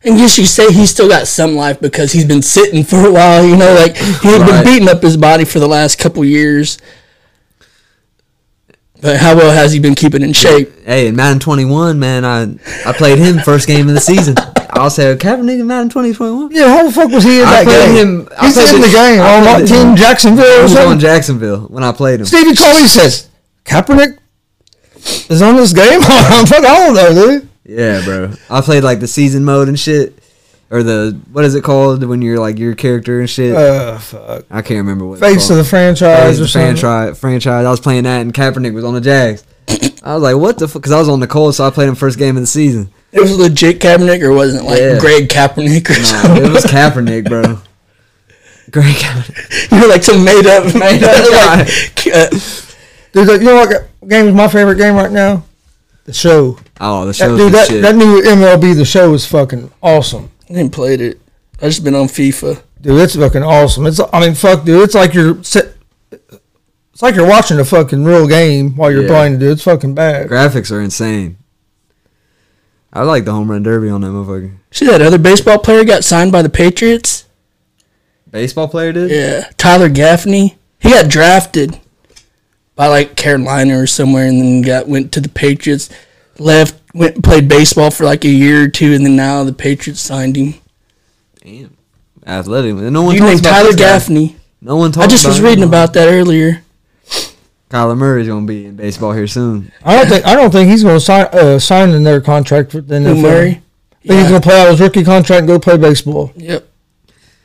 [SPEAKER 3] And yes, you say he's still got some life because he's been sitting for a while, you know, like he had
[SPEAKER 2] Right.
[SPEAKER 3] been beating up his body for the last couple years. But how well has he been keeping in shape?
[SPEAKER 2] Hey, in Madden 21, man, I I played him first game of the season. I also Kaepernick in Madden 2021.
[SPEAKER 1] Yeah, how the fuck was he in that
[SPEAKER 2] I played
[SPEAKER 1] game?
[SPEAKER 2] him- I
[SPEAKER 1] he's
[SPEAKER 2] played
[SPEAKER 1] in the,
[SPEAKER 2] the-
[SPEAKER 1] game
[SPEAKER 2] I
[SPEAKER 1] on
[SPEAKER 2] played
[SPEAKER 1] what
[SPEAKER 2] the-
[SPEAKER 1] team? Jacksonville
[SPEAKER 2] I
[SPEAKER 1] or
[SPEAKER 2] was on
[SPEAKER 1] something.
[SPEAKER 2] Jacksonville when I played him.
[SPEAKER 1] Stevie Coley says Kaepernick is on this game. fuck, I don't know, dude.
[SPEAKER 2] Yeah, bro. I played like the season mode and shit, or the what is it called when you're like your character and shit.
[SPEAKER 1] Uh, fuck.
[SPEAKER 2] I can't remember what. it's
[SPEAKER 1] Face of
[SPEAKER 2] called.
[SPEAKER 1] the franchise
[SPEAKER 2] Face
[SPEAKER 1] or
[SPEAKER 2] of the
[SPEAKER 1] something.
[SPEAKER 2] franchise. Franchise. I was playing that, and Kaepernick was on the Jags. I was like, what the fuck? Because I was on the Colts, so I played him first game of the season.
[SPEAKER 3] It was legit Kaepernick or wasn't it like
[SPEAKER 2] Yeah.
[SPEAKER 3] Greg Kaepernick or
[SPEAKER 2] Nah,
[SPEAKER 3] something?
[SPEAKER 2] it was Kaepernick, bro. Great Kaepernick.
[SPEAKER 3] you were like some made up, made up
[SPEAKER 2] guy.
[SPEAKER 3] like, uh,
[SPEAKER 1] Dude, like, you know what game is my favorite game right now? The show.
[SPEAKER 2] Oh, the
[SPEAKER 1] That,
[SPEAKER 2] show.
[SPEAKER 1] dude, that,
[SPEAKER 2] shit.
[SPEAKER 1] that new MLB The Show is fucking awesome.
[SPEAKER 3] I didn't play it. I just been on FIFA.
[SPEAKER 1] Dude, it's fucking awesome. It's I mean, fuck, dude, it's like you're sit, it's like you're watching a fucking real game while you're
[SPEAKER 2] Yeah.
[SPEAKER 1] playing, dude. It's fucking bad.
[SPEAKER 2] graphics are insane. I like the home run derby on that motherfucker.
[SPEAKER 3] See that other baseball player got signed by the Patriots?
[SPEAKER 2] Baseball player did.
[SPEAKER 3] Yeah, Tyler Gaffney. He got drafted by like Carolina or somewhere, and then got went to the Patriots. Left, went and played baseball for like a year or two, and then now the Patriots signed him.
[SPEAKER 2] Damn. Athletic. man. No one.
[SPEAKER 3] You
[SPEAKER 2] talks
[SPEAKER 3] named
[SPEAKER 2] about
[SPEAKER 3] Tyler
[SPEAKER 2] this guy.
[SPEAKER 3] Gaffney.
[SPEAKER 2] No one talks.
[SPEAKER 3] I just
[SPEAKER 2] about
[SPEAKER 3] was
[SPEAKER 2] him.
[SPEAKER 3] reading about that earlier.
[SPEAKER 2] Kyler Murray's gonna be in baseball here soon.
[SPEAKER 1] I don't think I don't think he's gonna sign uh, sign another contract with the
[SPEAKER 3] Who,
[SPEAKER 1] NFL.
[SPEAKER 3] Murray.
[SPEAKER 1] I think he's
[SPEAKER 3] Yeah.
[SPEAKER 1] gonna play out his rookie contract and go play baseball.
[SPEAKER 3] Yep.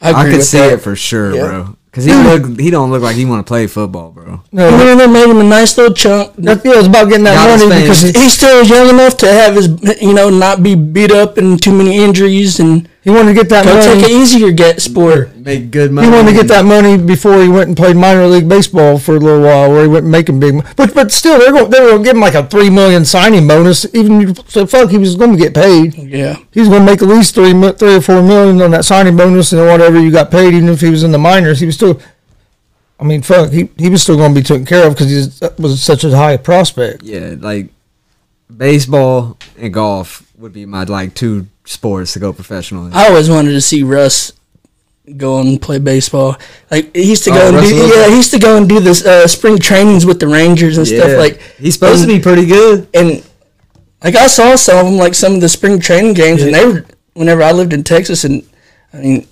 [SPEAKER 2] I,
[SPEAKER 3] agree
[SPEAKER 2] could
[SPEAKER 3] with
[SPEAKER 2] see
[SPEAKER 3] that.
[SPEAKER 2] it for sure,
[SPEAKER 3] Yeah.
[SPEAKER 2] bro. Cause he look, he don't look like he want to play football, bro.
[SPEAKER 1] No,
[SPEAKER 3] He went in there, made him a nice little chunk.
[SPEAKER 1] that feels about getting that
[SPEAKER 2] Got his
[SPEAKER 1] money
[SPEAKER 2] fans.
[SPEAKER 1] because he,
[SPEAKER 3] He's still young enough to have his, you know, not be beat up and too many injuries, and
[SPEAKER 1] he wanted to get that
[SPEAKER 3] go
[SPEAKER 1] money.
[SPEAKER 3] take an easier get sport.
[SPEAKER 2] Make good money.
[SPEAKER 1] He wanted to get that money before he went and played minor league baseball for a little while, where he went making big. Money. But but still, they're going they're going to give him like a three million signing bonus. Even if- so, fuck, he was going to get paid.
[SPEAKER 3] Yeah.
[SPEAKER 1] He was going to make at least three mi- three or four million on that signing bonus and whatever you got paid. Even if he was in the minors, he was still. I mean, fuck, he he was still going to be taken care of because he was such a high prospect.
[SPEAKER 2] Yeah, like baseball and golf would be my like two sports to go professionally.
[SPEAKER 3] I always wanted to see Russ go and play baseball. Like he used to go
[SPEAKER 2] Oh,
[SPEAKER 3] and
[SPEAKER 2] Russ
[SPEAKER 3] do,
[SPEAKER 2] Wilson.
[SPEAKER 3] yeah, he used to go and do this uh, spring trainings with the Rangers and
[SPEAKER 2] Yeah.
[SPEAKER 3] stuff. Like
[SPEAKER 2] he's supposed to be pretty good.
[SPEAKER 3] and like I saw some of them, like some of the spring training games, and they were whenever I lived in Texas, and I mean.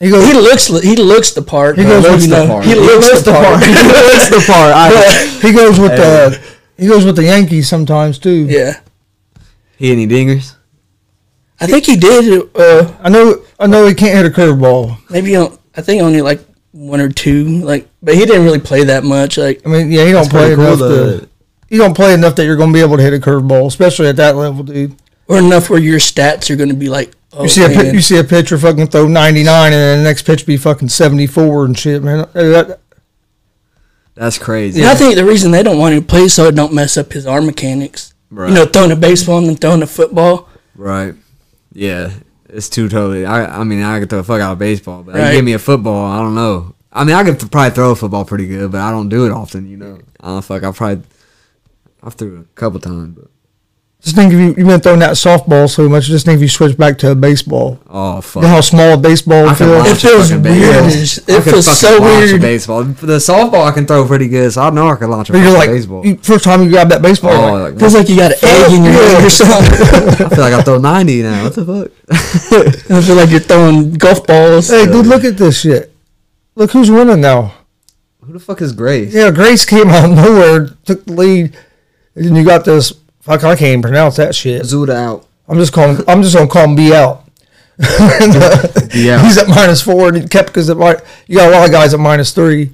[SPEAKER 1] He
[SPEAKER 3] He
[SPEAKER 1] goes,
[SPEAKER 3] looks he looks the part. He
[SPEAKER 1] goes
[SPEAKER 2] with the part.
[SPEAKER 3] He
[SPEAKER 2] He
[SPEAKER 3] looks the part.
[SPEAKER 2] That's the part. I,
[SPEAKER 1] he goes with the he goes with the Yankees sometimes too.
[SPEAKER 3] yeah,
[SPEAKER 2] he any dingers?
[SPEAKER 3] I think he did. Uh,
[SPEAKER 1] I know I know he can't hit a curveball.
[SPEAKER 3] maybe on, I think only like one or two. Like, but he didn't really play that much. Like,
[SPEAKER 1] I mean, yeah, he don't play
[SPEAKER 2] pretty cool,
[SPEAKER 1] enough.
[SPEAKER 2] though.
[SPEAKER 1] to, he don't play enough that you're going to be able to hit a curveball, especially at that level, dude.
[SPEAKER 3] or enough where your stats are going to be like, oh,
[SPEAKER 1] You see a pi-
[SPEAKER 3] man.
[SPEAKER 1] you see a pitcher fucking throw ninety nine, and then the next pitch be fucking seventy four and shit, man. Uh, that-
[SPEAKER 2] That's crazy.
[SPEAKER 3] And I think the reason they don't want him to play is so it don't mess up his arm mechanics.
[SPEAKER 2] Right.
[SPEAKER 3] You know, throwing a baseball and then throwing a football.
[SPEAKER 2] Right. Yeah. It's too totally. I I mean, I could throw a fuck out of baseball, but
[SPEAKER 3] Right.
[SPEAKER 2] you give me a football, I don't know. I mean, I could th- probably throw a football pretty good, but I don't do it often, you know. I don't fuck. I probably I threw it a couple times, but
[SPEAKER 1] Just think if you you've been throwing that softball so much. Just think if you switch back to a baseball.
[SPEAKER 2] oh fuck.
[SPEAKER 1] You know how small a baseball
[SPEAKER 2] I can
[SPEAKER 1] feels.
[SPEAKER 2] watch
[SPEAKER 3] It feels
[SPEAKER 2] a fucking
[SPEAKER 3] weird.
[SPEAKER 2] baseball.
[SPEAKER 3] It's-
[SPEAKER 2] I
[SPEAKER 3] it
[SPEAKER 2] could
[SPEAKER 3] feels
[SPEAKER 2] fucking
[SPEAKER 3] so
[SPEAKER 2] launch a
[SPEAKER 3] weird.
[SPEAKER 2] baseball. The softball I can throw pretty good, so I know I can launch a
[SPEAKER 1] You're
[SPEAKER 2] fucking
[SPEAKER 1] like
[SPEAKER 2] baseball.
[SPEAKER 1] you- first time you grab that baseball.
[SPEAKER 2] Oh,
[SPEAKER 1] you're like,
[SPEAKER 2] like,
[SPEAKER 3] Feels like you got an egg in your head or something.
[SPEAKER 2] I feel like I throw ninety now. What the fuck?
[SPEAKER 3] I feel like you're throwing golf balls.
[SPEAKER 1] hey, dude, look at this shit. Look who's winning now.
[SPEAKER 2] Who the fuck is Grace?
[SPEAKER 1] Yeah, Grace came out of nowhere, took the lead, and then you got this. Fuck, I can't even pronounce that shit.
[SPEAKER 2] Zuda out.
[SPEAKER 1] I'm just calling. I'm just gonna call him B out.
[SPEAKER 2] Yeah.
[SPEAKER 1] He's at minus four, and Kepka's at mi- You got a lot of guys at minus three.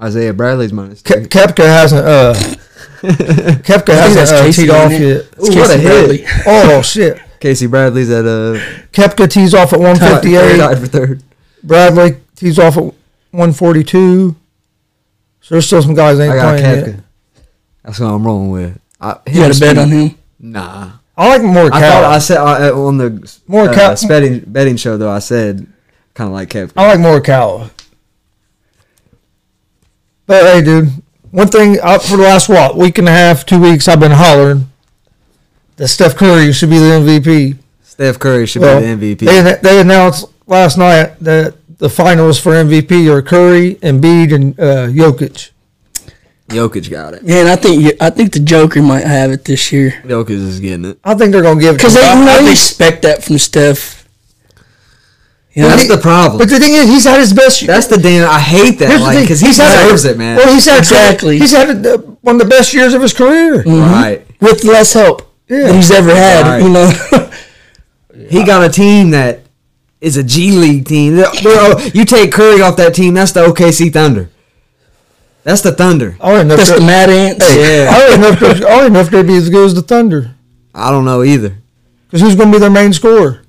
[SPEAKER 2] Isaiah Bradley's minus.
[SPEAKER 1] Ke-
[SPEAKER 2] three.
[SPEAKER 1] Kepka hasn't. Uh, Kepka hasn't
[SPEAKER 3] that's
[SPEAKER 1] uh,
[SPEAKER 3] Casey,
[SPEAKER 1] teed off
[SPEAKER 3] isn't it?
[SPEAKER 1] yet.
[SPEAKER 2] Ooh, what a hit.
[SPEAKER 1] Oh shit!
[SPEAKER 2] Casey Bradley's at uh,
[SPEAKER 1] Kepka tees off at
[SPEAKER 2] tied
[SPEAKER 1] 158.
[SPEAKER 2] for third.
[SPEAKER 1] Bradley tees off at 142. So there's still some guys ain't
[SPEAKER 2] I got
[SPEAKER 1] playing yet.
[SPEAKER 2] Kepka. That's what I'm rolling with. I,
[SPEAKER 3] You got a bet on him?
[SPEAKER 2] Nah.
[SPEAKER 1] I like more
[SPEAKER 2] I thought I
[SPEAKER 1] Cal.
[SPEAKER 2] said I, uh, on the
[SPEAKER 1] More
[SPEAKER 2] uh,
[SPEAKER 1] Cal-
[SPEAKER 2] betting betting show though. I said kind of like Kepka.
[SPEAKER 1] I like more Cal. But hey, dude, one thing I, for the last what week and a half, two weeks, I've been hollering that Steph Curry should be the MVP.
[SPEAKER 2] Steph Curry should
[SPEAKER 1] Well,
[SPEAKER 2] be the MVP.
[SPEAKER 1] They, they announced last night that the finals for MVP are Curry, Embiid, and uh, Jokic.
[SPEAKER 2] Jokic got it.
[SPEAKER 3] Yeah, and I think you, I think the Joker might have it this year
[SPEAKER 2] Jokic is getting it.
[SPEAKER 1] I think they're gonna give it
[SPEAKER 3] because
[SPEAKER 1] to
[SPEAKER 3] they
[SPEAKER 1] him.
[SPEAKER 3] you know, they expect that from Steph. You know,
[SPEAKER 2] That's the
[SPEAKER 1] But
[SPEAKER 2] problem.
[SPEAKER 1] the thing is, he's had his best.
[SPEAKER 2] That's the damn. I hate that.
[SPEAKER 1] here's the
[SPEAKER 2] Like,
[SPEAKER 1] thing,
[SPEAKER 2] because he
[SPEAKER 1] he's had-
[SPEAKER 2] deserves it, man.
[SPEAKER 1] Well, he's had
[SPEAKER 3] Exactly. Mm.
[SPEAKER 1] He's had uh, one of the best years of his career.
[SPEAKER 2] Right.
[SPEAKER 3] with less help
[SPEAKER 1] Yeah.
[SPEAKER 3] than he's ever had.
[SPEAKER 2] Right.
[SPEAKER 3] You know,
[SPEAKER 1] Mm-hmm.
[SPEAKER 2] He got a team that is a G League team. They're- they're- oh, you take Curry off that team, that's the OKC Thunder. That's the Thunder.
[SPEAKER 1] I don't know. If
[SPEAKER 3] that's the
[SPEAKER 1] Oh, they're-
[SPEAKER 3] Mad Ants.
[SPEAKER 1] I
[SPEAKER 2] Yeah.
[SPEAKER 1] don't know if they're- I don't know if they'd be as good as the Thunder
[SPEAKER 2] I don't know either.
[SPEAKER 1] because who's gonna be their main scorer?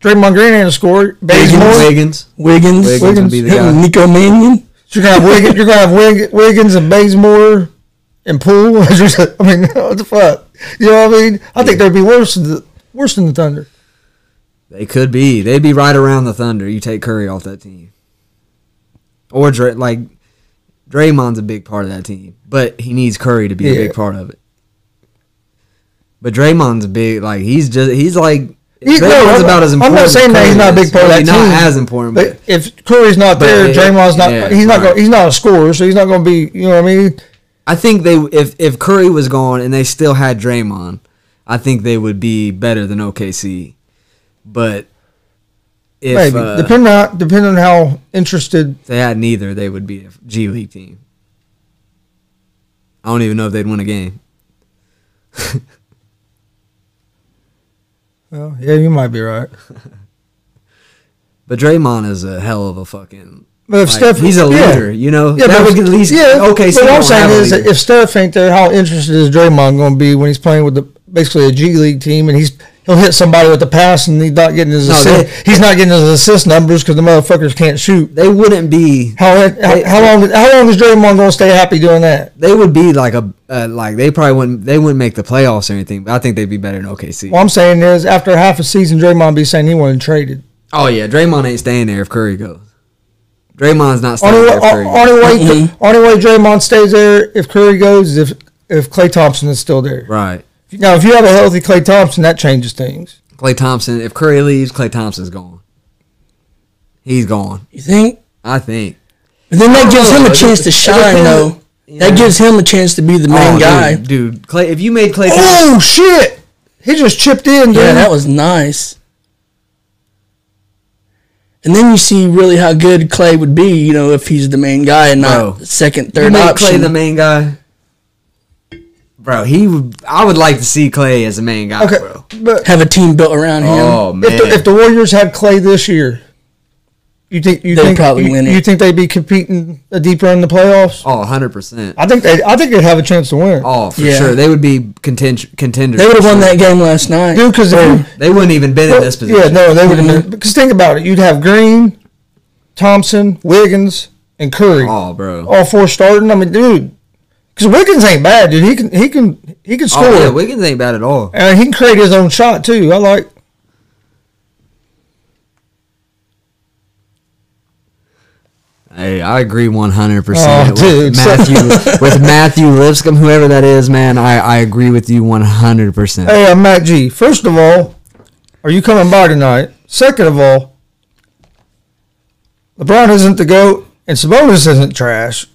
[SPEAKER 1] Draymond Green ain't a scorer.
[SPEAKER 2] Wiggins.
[SPEAKER 1] Bazemore.
[SPEAKER 2] Wiggins.
[SPEAKER 3] Wiggins,
[SPEAKER 2] Wiggins would be the guy.
[SPEAKER 3] Nico Mannion.
[SPEAKER 1] You're gonna have Wiggins. You're gonna have Wig- Wiggins and Bazemore and Poole. I mean, what the fuck? You know what I mean? I think they'd be worse than the worse than the Thunder.
[SPEAKER 2] They could be. They'd be right around the Thunder. You take Curry off that team. Or Dray, like Draymond's a big part of that team, but he needs Curry to be a
[SPEAKER 1] Yeah.
[SPEAKER 2] big part of it. But Draymond's big. Like he's just he's like
[SPEAKER 1] He- no,
[SPEAKER 2] Draymond's
[SPEAKER 1] I'm-
[SPEAKER 2] about as
[SPEAKER 1] I'm
[SPEAKER 2] important.
[SPEAKER 1] not
[SPEAKER 2] as
[SPEAKER 1] saying that he's
[SPEAKER 2] Curry
[SPEAKER 1] not a
[SPEAKER 2] is.
[SPEAKER 1] big part of
[SPEAKER 2] Well,
[SPEAKER 1] that
[SPEAKER 2] he's
[SPEAKER 1] team,
[SPEAKER 2] Not as important. But
[SPEAKER 1] But if Curry's not
[SPEAKER 2] But
[SPEAKER 1] there,
[SPEAKER 2] it-
[SPEAKER 1] Draymond's not.
[SPEAKER 2] yeah,
[SPEAKER 1] he's not.
[SPEAKER 2] right.
[SPEAKER 1] Gonna, he's not a scorer, so he's not going to be. You know what I mean?
[SPEAKER 2] I think they if if Curry was gone and they still had Draymond, I think they would be better than OKC. But if
[SPEAKER 1] Maybe
[SPEAKER 2] uh,
[SPEAKER 1] depending on depending on how interested.
[SPEAKER 2] they had neither, they would be a G League team. I don't even know if they'd win a game.
[SPEAKER 1] Well, yeah, you might be right.
[SPEAKER 2] But Draymond is a hell of a fucking.
[SPEAKER 1] But if
[SPEAKER 2] like,
[SPEAKER 1] Steph,
[SPEAKER 2] he's a
[SPEAKER 1] yeah.
[SPEAKER 2] leader, you know.
[SPEAKER 1] Yeah,
[SPEAKER 2] that
[SPEAKER 1] but
[SPEAKER 2] would at least
[SPEAKER 1] yeah.
[SPEAKER 2] okay.
[SPEAKER 1] but
[SPEAKER 2] so
[SPEAKER 1] what I'm
[SPEAKER 2] don't
[SPEAKER 1] saying
[SPEAKER 2] have a
[SPEAKER 1] is, that
[SPEAKER 2] leader.
[SPEAKER 1] if Steph ain't there, how interested is Draymond going to be when he's playing with the basically a G League team, and he's he'll hit somebody with the pass, and he's not getting his
[SPEAKER 2] No,
[SPEAKER 1] assist.
[SPEAKER 2] they-
[SPEAKER 1] he's not getting his assist numbers because the motherfuckers can't shoot.
[SPEAKER 2] they wouldn't be,
[SPEAKER 1] How how, how long how long is Draymond going to stay happy doing that?
[SPEAKER 2] they would be like a uh, like they probably wouldn't they wouldn't make the playoffs or anything. But I think they'd be better than OKC.
[SPEAKER 1] What I'm saying is, after half a season, Draymond be saying he wasn't traded.
[SPEAKER 2] Oh yeah, Draymond ain't staying there if Curry goes. Draymond's not staying
[SPEAKER 1] Only way,
[SPEAKER 2] there if Curry goes.
[SPEAKER 1] only way,
[SPEAKER 2] Mm-hmm.
[SPEAKER 3] Mhm.
[SPEAKER 1] only way Draymond stays there if Curry goes is if if Clay Thompson is still there.
[SPEAKER 2] Right.
[SPEAKER 1] Now, if you have a healthy Clay Thompson, that changes things.
[SPEAKER 2] Clay Thompson. If Curry leaves, Clay Thompson's gone. He's gone.
[SPEAKER 3] You think?
[SPEAKER 2] I think.
[SPEAKER 3] But then
[SPEAKER 2] Oh,
[SPEAKER 3] that gives him a chance to shine, though. That gives him a chance to be the main
[SPEAKER 2] Oh,
[SPEAKER 3] guy.
[SPEAKER 2] dude, dude. Clay. If you made Clay Thompson,
[SPEAKER 1] Oh shit! He just chipped in. Dude.
[SPEAKER 3] Yeah, that was nice. And then you see really how good Clay would be, you know, if he's the main guy and
[SPEAKER 2] Bro.
[SPEAKER 3] not the second,
[SPEAKER 2] Oh. you
[SPEAKER 3] third
[SPEAKER 2] made Clay
[SPEAKER 3] option.
[SPEAKER 2] the main guy. Bro, he would. I would like to see Clay as the main guy,
[SPEAKER 1] okay.
[SPEAKER 2] bro.
[SPEAKER 1] But
[SPEAKER 3] Have a team built around him.
[SPEAKER 2] Oh man,
[SPEAKER 1] if the, if the Warriors had Clay this year, You think you
[SPEAKER 3] They'll
[SPEAKER 1] think
[SPEAKER 3] probably
[SPEAKER 1] you,
[SPEAKER 3] win it.
[SPEAKER 1] you think they'd be competing a deep run in the playoffs?
[SPEAKER 2] Oh, 100%.
[SPEAKER 1] I think they I think they'd have a chance to win.
[SPEAKER 2] Oh, for
[SPEAKER 3] Yeah.
[SPEAKER 2] sure. They would be contend- contenders.
[SPEAKER 3] They would have won that game last night.
[SPEAKER 1] Dude, because if
[SPEAKER 2] They wouldn't even been
[SPEAKER 1] you,
[SPEAKER 2] in this position. Mm-hmm.
[SPEAKER 1] yeah, no, they would
[SPEAKER 3] Mhm.
[SPEAKER 1] have because think about it. You'd have Green, Thompson, Wiggins, and Curry.
[SPEAKER 2] Oh, bro.
[SPEAKER 1] all four starting. I mean, dude, because Wiggins ain't bad, dude. He can he can he can score,
[SPEAKER 2] Oh, yeah, Wiggins ain't bad at all.
[SPEAKER 1] and he can create his own shot too. I like.
[SPEAKER 2] Hey, I agree 100%
[SPEAKER 1] Oh,
[SPEAKER 2] with
[SPEAKER 1] dude.
[SPEAKER 2] Matthew with Matthew Lipscomb, whoever that is, man. I, I agree with you 100%.
[SPEAKER 1] Hey, I'm Matt G. First of all, are you coming by tonight? Second of all, LeBron isn't the goat, and Sabonis isn't trash.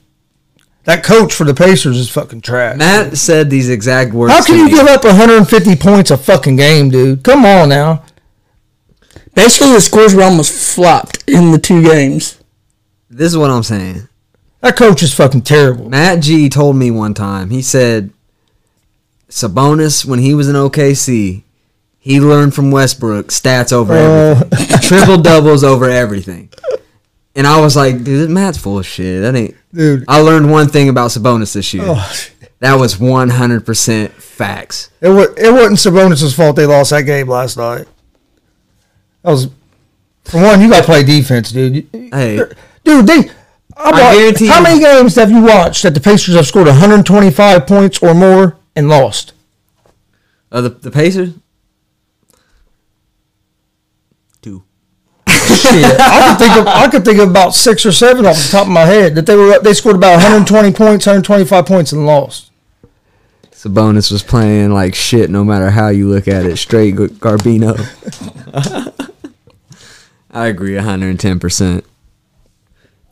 [SPEAKER 1] That coach for the Pacers is fucking trash.
[SPEAKER 2] Matt said these exact words.
[SPEAKER 1] How can
[SPEAKER 2] to
[SPEAKER 1] you
[SPEAKER 2] me.
[SPEAKER 1] give up 150 points a fucking game, dude? Come on now.
[SPEAKER 3] Basically, the scores were almost flopped in the two games.
[SPEAKER 2] This is what I'm saying.
[SPEAKER 1] That coach is fucking terrible.
[SPEAKER 2] Matt G told me one time. He said Sabonis when he was in OKC, he learned from Westbrook stats over
[SPEAKER 1] Oh.
[SPEAKER 2] everything, triple doubles over everything. And I was like, dude, Matt's full of shit. That ain't.
[SPEAKER 1] Dude.
[SPEAKER 2] I learned one thing about Sabonis this year.
[SPEAKER 1] Oh.
[SPEAKER 2] That was 100% facts.
[SPEAKER 1] It was it wasn't Sabonis' fault they lost that game last night. That was for one, you got to play defense, dude.
[SPEAKER 2] Hey.
[SPEAKER 1] dude, they. I, wa-
[SPEAKER 2] guarantee
[SPEAKER 1] how
[SPEAKER 2] you-
[SPEAKER 1] many games have you watched that the Pacers have scored 125 points or more and lost?
[SPEAKER 2] Uh, the, the Pacers? Two.
[SPEAKER 1] Shit, I could think of I could think of about six or seven off the top of my head that they were up- they scored about 120 points, 125 points and lost.
[SPEAKER 2] Sabonis was playing like shit no matter how you look at it. Straight G- Garbino. I agree 110%.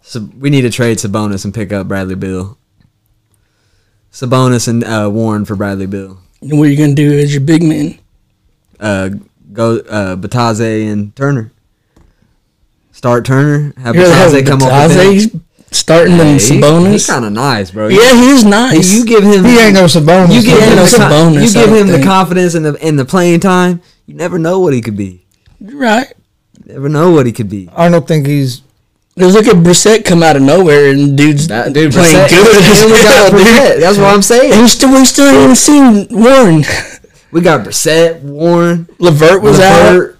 [SPEAKER 2] So we need to trade Sabonis and pick up Bradley Bill. Sabonis and uh, Warren for Bradley Bill.
[SPEAKER 3] And what you're gonna do is your big man.
[SPEAKER 2] Uh, go uh, Bataze and Turner. Start Turner. Have
[SPEAKER 3] You're
[SPEAKER 2] Bataze
[SPEAKER 3] like,
[SPEAKER 2] come off the bench.
[SPEAKER 3] Bataze's starting them
[SPEAKER 2] He's
[SPEAKER 3] Sabonis.
[SPEAKER 2] kind of nice, bro.
[SPEAKER 3] yeah, he's nice.
[SPEAKER 2] You give him.
[SPEAKER 1] He ain't no Sabonis.
[SPEAKER 2] You give
[SPEAKER 1] though.
[SPEAKER 2] him,
[SPEAKER 3] Yeah, that's
[SPEAKER 2] the,
[SPEAKER 3] a
[SPEAKER 2] con-
[SPEAKER 3] bonus,
[SPEAKER 2] you
[SPEAKER 3] I
[SPEAKER 2] give
[SPEAKER 3] would
[SPEAKER 2] him the
[SPEAKER 3] think.
[SPEAKER 2] confidence in the in the playing time. You never know what he could be.
[SPEAKER 3] You're right.
[SPEAKER 2] You never know what he could be.
[SPEAKER 1] I don't think he's.
[SPEAKER 3] It was like a Brissett come out of nowhere and dude's playing
[SPEAKER 2] Brissett-
[SPEAKER 3] good.
[SPEAKER 2] and we got
[SPEAKER 3] Dude.
[SPEAKER 2] Brissett. That's what I'm
[SPEAKER 3] And
[SPEAKER 2] saying.
[SPEAKER 3] we still, we still haven't seen Warren.
[SPEAKER 2] We got Brissett, Warren,
[SPEAKER 3] Levert was out.
[SPEAKER 2] Levert.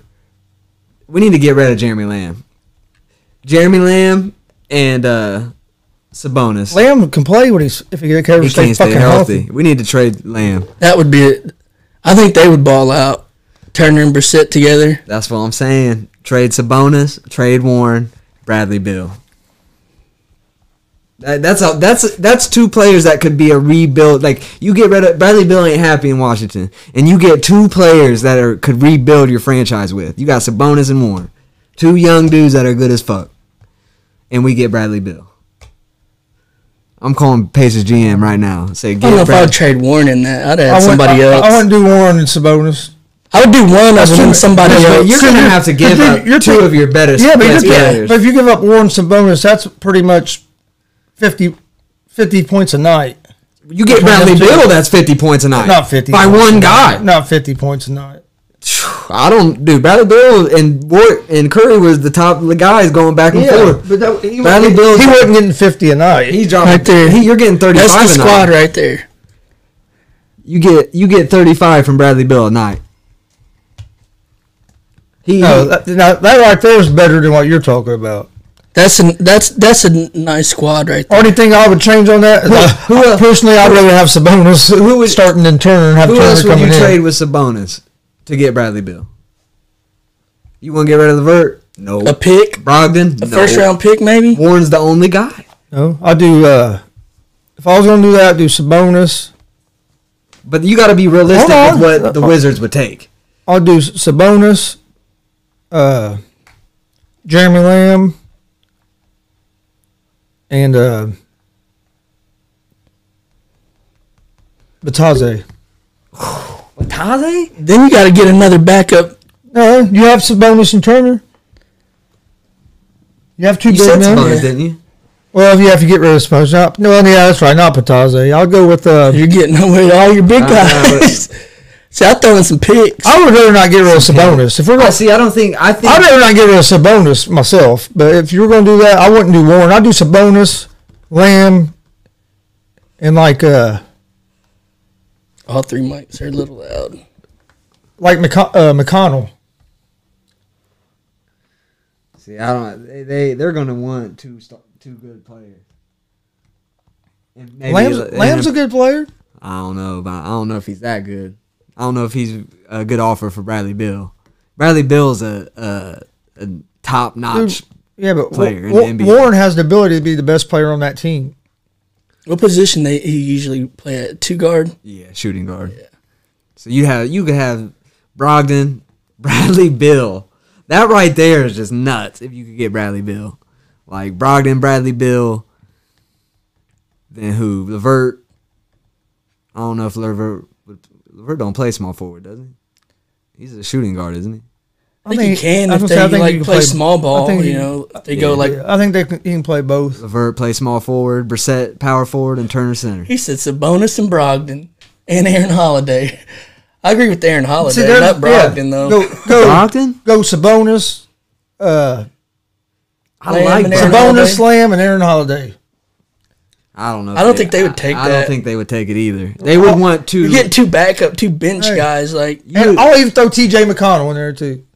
[SPEAKER 2] We need to get rid of Jeremy Lamb. Jeremy Lamb and uh, Sabonis.
[SPEAKER 1] Lamb can play when he's if he can ever
[SPEAKER 2] he
[SPEAKER 1] stay
[SPEAKER 2] can't stay
[SPEAKER 1] fucking
[SPEAKER 2] healthy.
[SPEAKER 1] healthy.
[SPEAKER 2] We need to trade Lamb.
[SPEAKER 3] That would be it. I think they would ball out. Turner and Brissett together.
[SPEAKER 2] That's what I'm saying. Trade Sabonis, trade Warren, Bradley Bill. That, that's a, that's that's two players that could be a rebuild. Like you get rid of Bradley Bill ain't happy in Washington, and you get two players that are could rebuild your franchise with. You got Sabonis and Warren, two young dudes that are good as fuck, and we get Bradley Bill. I'm calling Pacers GM right now. and Say
[SPEAKER 3] I don't know
[SPEAKER 2] get
[SPEAKER 3] if I would
[SPEAKER 2] Brad-
[SPEAKER 3] trade Warren in that. I'd add
[SPEAKER 1] I wouldn't-
[SPEAKER 3] somebody
[SPEAKER 1] I-
[SPEAKER 3] else.
[SPEAKER 1] I wouldn't do Warren and Sabonis.
[SPEAKER 3] I would do one other than somebody
[SPEAKER 2] But
[SPEAKER 3] else.
[SPEAKER 2] You're gonna have to give
[SPEAKER 1] you're-
[SPEAKER 2] up
[SPEAKER 1] you're
[SPEAKER 2] two
[SPEAKER 1] taking-
[SPEAKER 2] of your better
[SPEAKER 1] Yeah, but,
[SPEAKER 2] best
[SPEAKER 1] you
[SPEAKER 2] players.
[SPEAKER 1] but if you give up Warren some bonus, that's pretty much 50, 50 points a night.
[SPEAKER 2] You get
[SPEAKER 1] Between
[SPEAKER 2] Bradley
[SPEAKER 1] them two.
[SPEAKER 2] Bill, that's 50 points a night.
[SPEAKER 1] Not fifty
[SPEAKER 2] By
[SPEAKER 1] points a
[SPEAKER 2] one
[SPEAKER 1] night.
[SPEAKER 2] guy.
[SPEAKER 1] Not fifty points a night.
[SPEAKER 2] I don't, dude. Bradley Bill and War- and Curry was the top of the guys going back and forth.
[SPEAKER 1] but that, he,
[SPEAKER 2] Bradley
[SPEAKER 1] he-
[SPEAKER 2] Bill-
[SPEAKER 1] he wasn't getting fifty a night.
[SPEAKER 2] He's dropping
[SPEAKER 3] Right there.
[SPEAKER 2] He, you're getting 35
[SPEAKER 3] That's the
[SPEAKER 2] a night.
[SPEAKER 3] squad right there.
[SPEAKER 2] You get you get 35 from Bradley Bill a night. He
[SPEAKER 1] no, Oh, that, now, that right there is better than what you're talking about.
[SPEAKER 3] That's an that's that's a n- nice squad right there.
[SPEAKER 1] Only thing I would change on that,
[SPEAKER 2] Who- who-
[SPEAKER 1] personally, I'd rather have Sabonis
[SPEAKER 2] who would-
[SPEAKER 1] starting in Turner and have
[SPEAKER 2] who
[SPEAKER 1] Turner
[SPEAKER 2] else would
[SPEAKER 1] coming
[SPEAKER 2] you
[SPEAKER 1] in.
[SPEAKER 2] trade with Sabonis to get Bradley Bill? You want to get rid of Levert? No.
[SPEAKER 3] A pick,
[SPEAKER 2] Brogdon?
[SPEAKER 3] a
[SPEAKER 2] No.
[SPEAKER 3] first round pick maybe.
[SPEAKER 2] Warren's the only guy.
[SPEAKER 1] No, I do. Uh, if I was going to do that, I'd do Sabonis.
[SPEAKER 2] But you got to be realistic
[SPEAKER 1] Hold on.
[SPEAKER 2] with what the Wizards would take.
[SPEAKER 1] I'll do Sabonis, uh, Jeremy Lamb, and uh, Bataze.
[SPEAKER 2] Bataze?
[SPEAKER 3] Then you got to get another backup.
[SPEAKER 1] No, you have Sabonis and Turner. You have two
[SPEAKER 2] You
[SPEAKER 1] big
[SPEAKER 2] said
[SPEAKER 1] men.
[SPEAKER 2] Sabonis,
[SPEAKER 3] Yeah.
[SPEAKER 2] didn't you?
[SPEAKER 1] Well, if you have to get rid of Sabonis, not, no, yeah, that's right, not Bataze. I'll go with uh,
[SPEAKER 3] You're getting away all your big
[SPEAKER 2] I know,
[SPEAKER 3] guys. See, I throw in some picks.
[SPEAKER 1] I would rather not get rid of Sabonis. If we're
[SPEAKER 2] I
[SPEAKER 1] going,
[SPEAKER 2] see. I don't think. I think.
[SPEAKER 1] I'd rather not get rid of Sabonis myself. But if you were going to do that, I wouldn't do Warren. I'd do Sabonis, Lamb, and like uh
[SPEAKER 3] All three mics are a little loud.
[SPEAKER 1] like McCon- uh, McConnell.
[SPEAKER 2] see. I don't. They, they they're gonna want two star, two good players. And maybe-
[SPEAKER 1] Lamb's,
[SPEAKER 2] and-
[SPEAKER 1] Lamb's a good player.
[SPEAKER 2] I don't know, but I don't know if he's that good. I don't know if he's a good offer for Bradley Bill. Bradley Bill's a a, a top notch.
[SPEAKER 1] Yeah, but Wa-
[SPEAKER 2] Player in
[SPEAKER 1] Wa-
[SPEAKER 2] the NBA.
[SPEAKER 1] Warren has the ability to be the best player on that team.
[SPEAKER 3] What position they he usually play at? Two guard.
[SPEAKER 2] Yeah, shooting guard. So you have you could have Brogdon, Bradley Bill. That right there is just nuts. If you could get Bradley Bill, like Brogdon, Bradley Bill, then who? Levert. I don't know if Levert Levert don't play small forward, does he? He's a shooting guard, isn't he?
[SPEAKER 3] I think, you can
[SPEAKER 1] I
[SPEAKER 3] if
[SPEAKER 1] was
[SPEAKER 3] they
[SPEAKER 1] gonna say, I think
[SPEAKER 3] like
[SPEAKER 1] you can
[SPEAKER 3] play,
[SPEAKER 1] play-
[SPEAKER 3] small
[SPEAKER 1] I
[SPEAKER 3] ball.
[SPEAKER 1] think
[SPEAKER 3] You
[SPEAKER 1] you-
[SPEAKER 3] know, if they go like
[SPEAKER 1] I think they can, he can play both.
[SPEAKER 2] Levert play small forward, Brissett power forward, and Turner center.
[SPEAKER 3] he said Sabonis and Brogdon and Aaron Holiday. I agree with Aaron
[SPEAKER 1] See,
[SPEAKER 3] Holiday,
[SPEAKER 1] they're
[SPEAKER 3] not
[SPEAKER 1] yeah.
[SPEAKER 3] Brogdon though.
[SPEAKER 1] Go go
[SPEAKER 2] Brogdon?
[SPEAKER 1] go Sabonis, uh,
[SPEAKER 2] I
[SPEAKER 3] Lamb
[SPEAKER 2] like Brogdon.
[SPEAKER 3] and Aaron
[SPEAKER 1] Sabonis,
[SPEAKER 3] Holiday?
[SPEAKER 1] Lamb, and Aaron Holiday.
[SPEAKER 2] I don't know. if
[SPEAKER 3] I don't think they would take
[SPEAKER 2] I, I don't
[SPEAKER 3] that.
[SPEAKER 2] think they would take it either. They would want
[SPEAKER 3] You're
[SPEAKER 2] two.
[SPEAKER 3] getting two backup, two bench
[SPEAKER 1] Hey.
[SPEAKER 3] guys. Like
[SPEAKER 1] And I'll even throw T.J. McConnell in there too.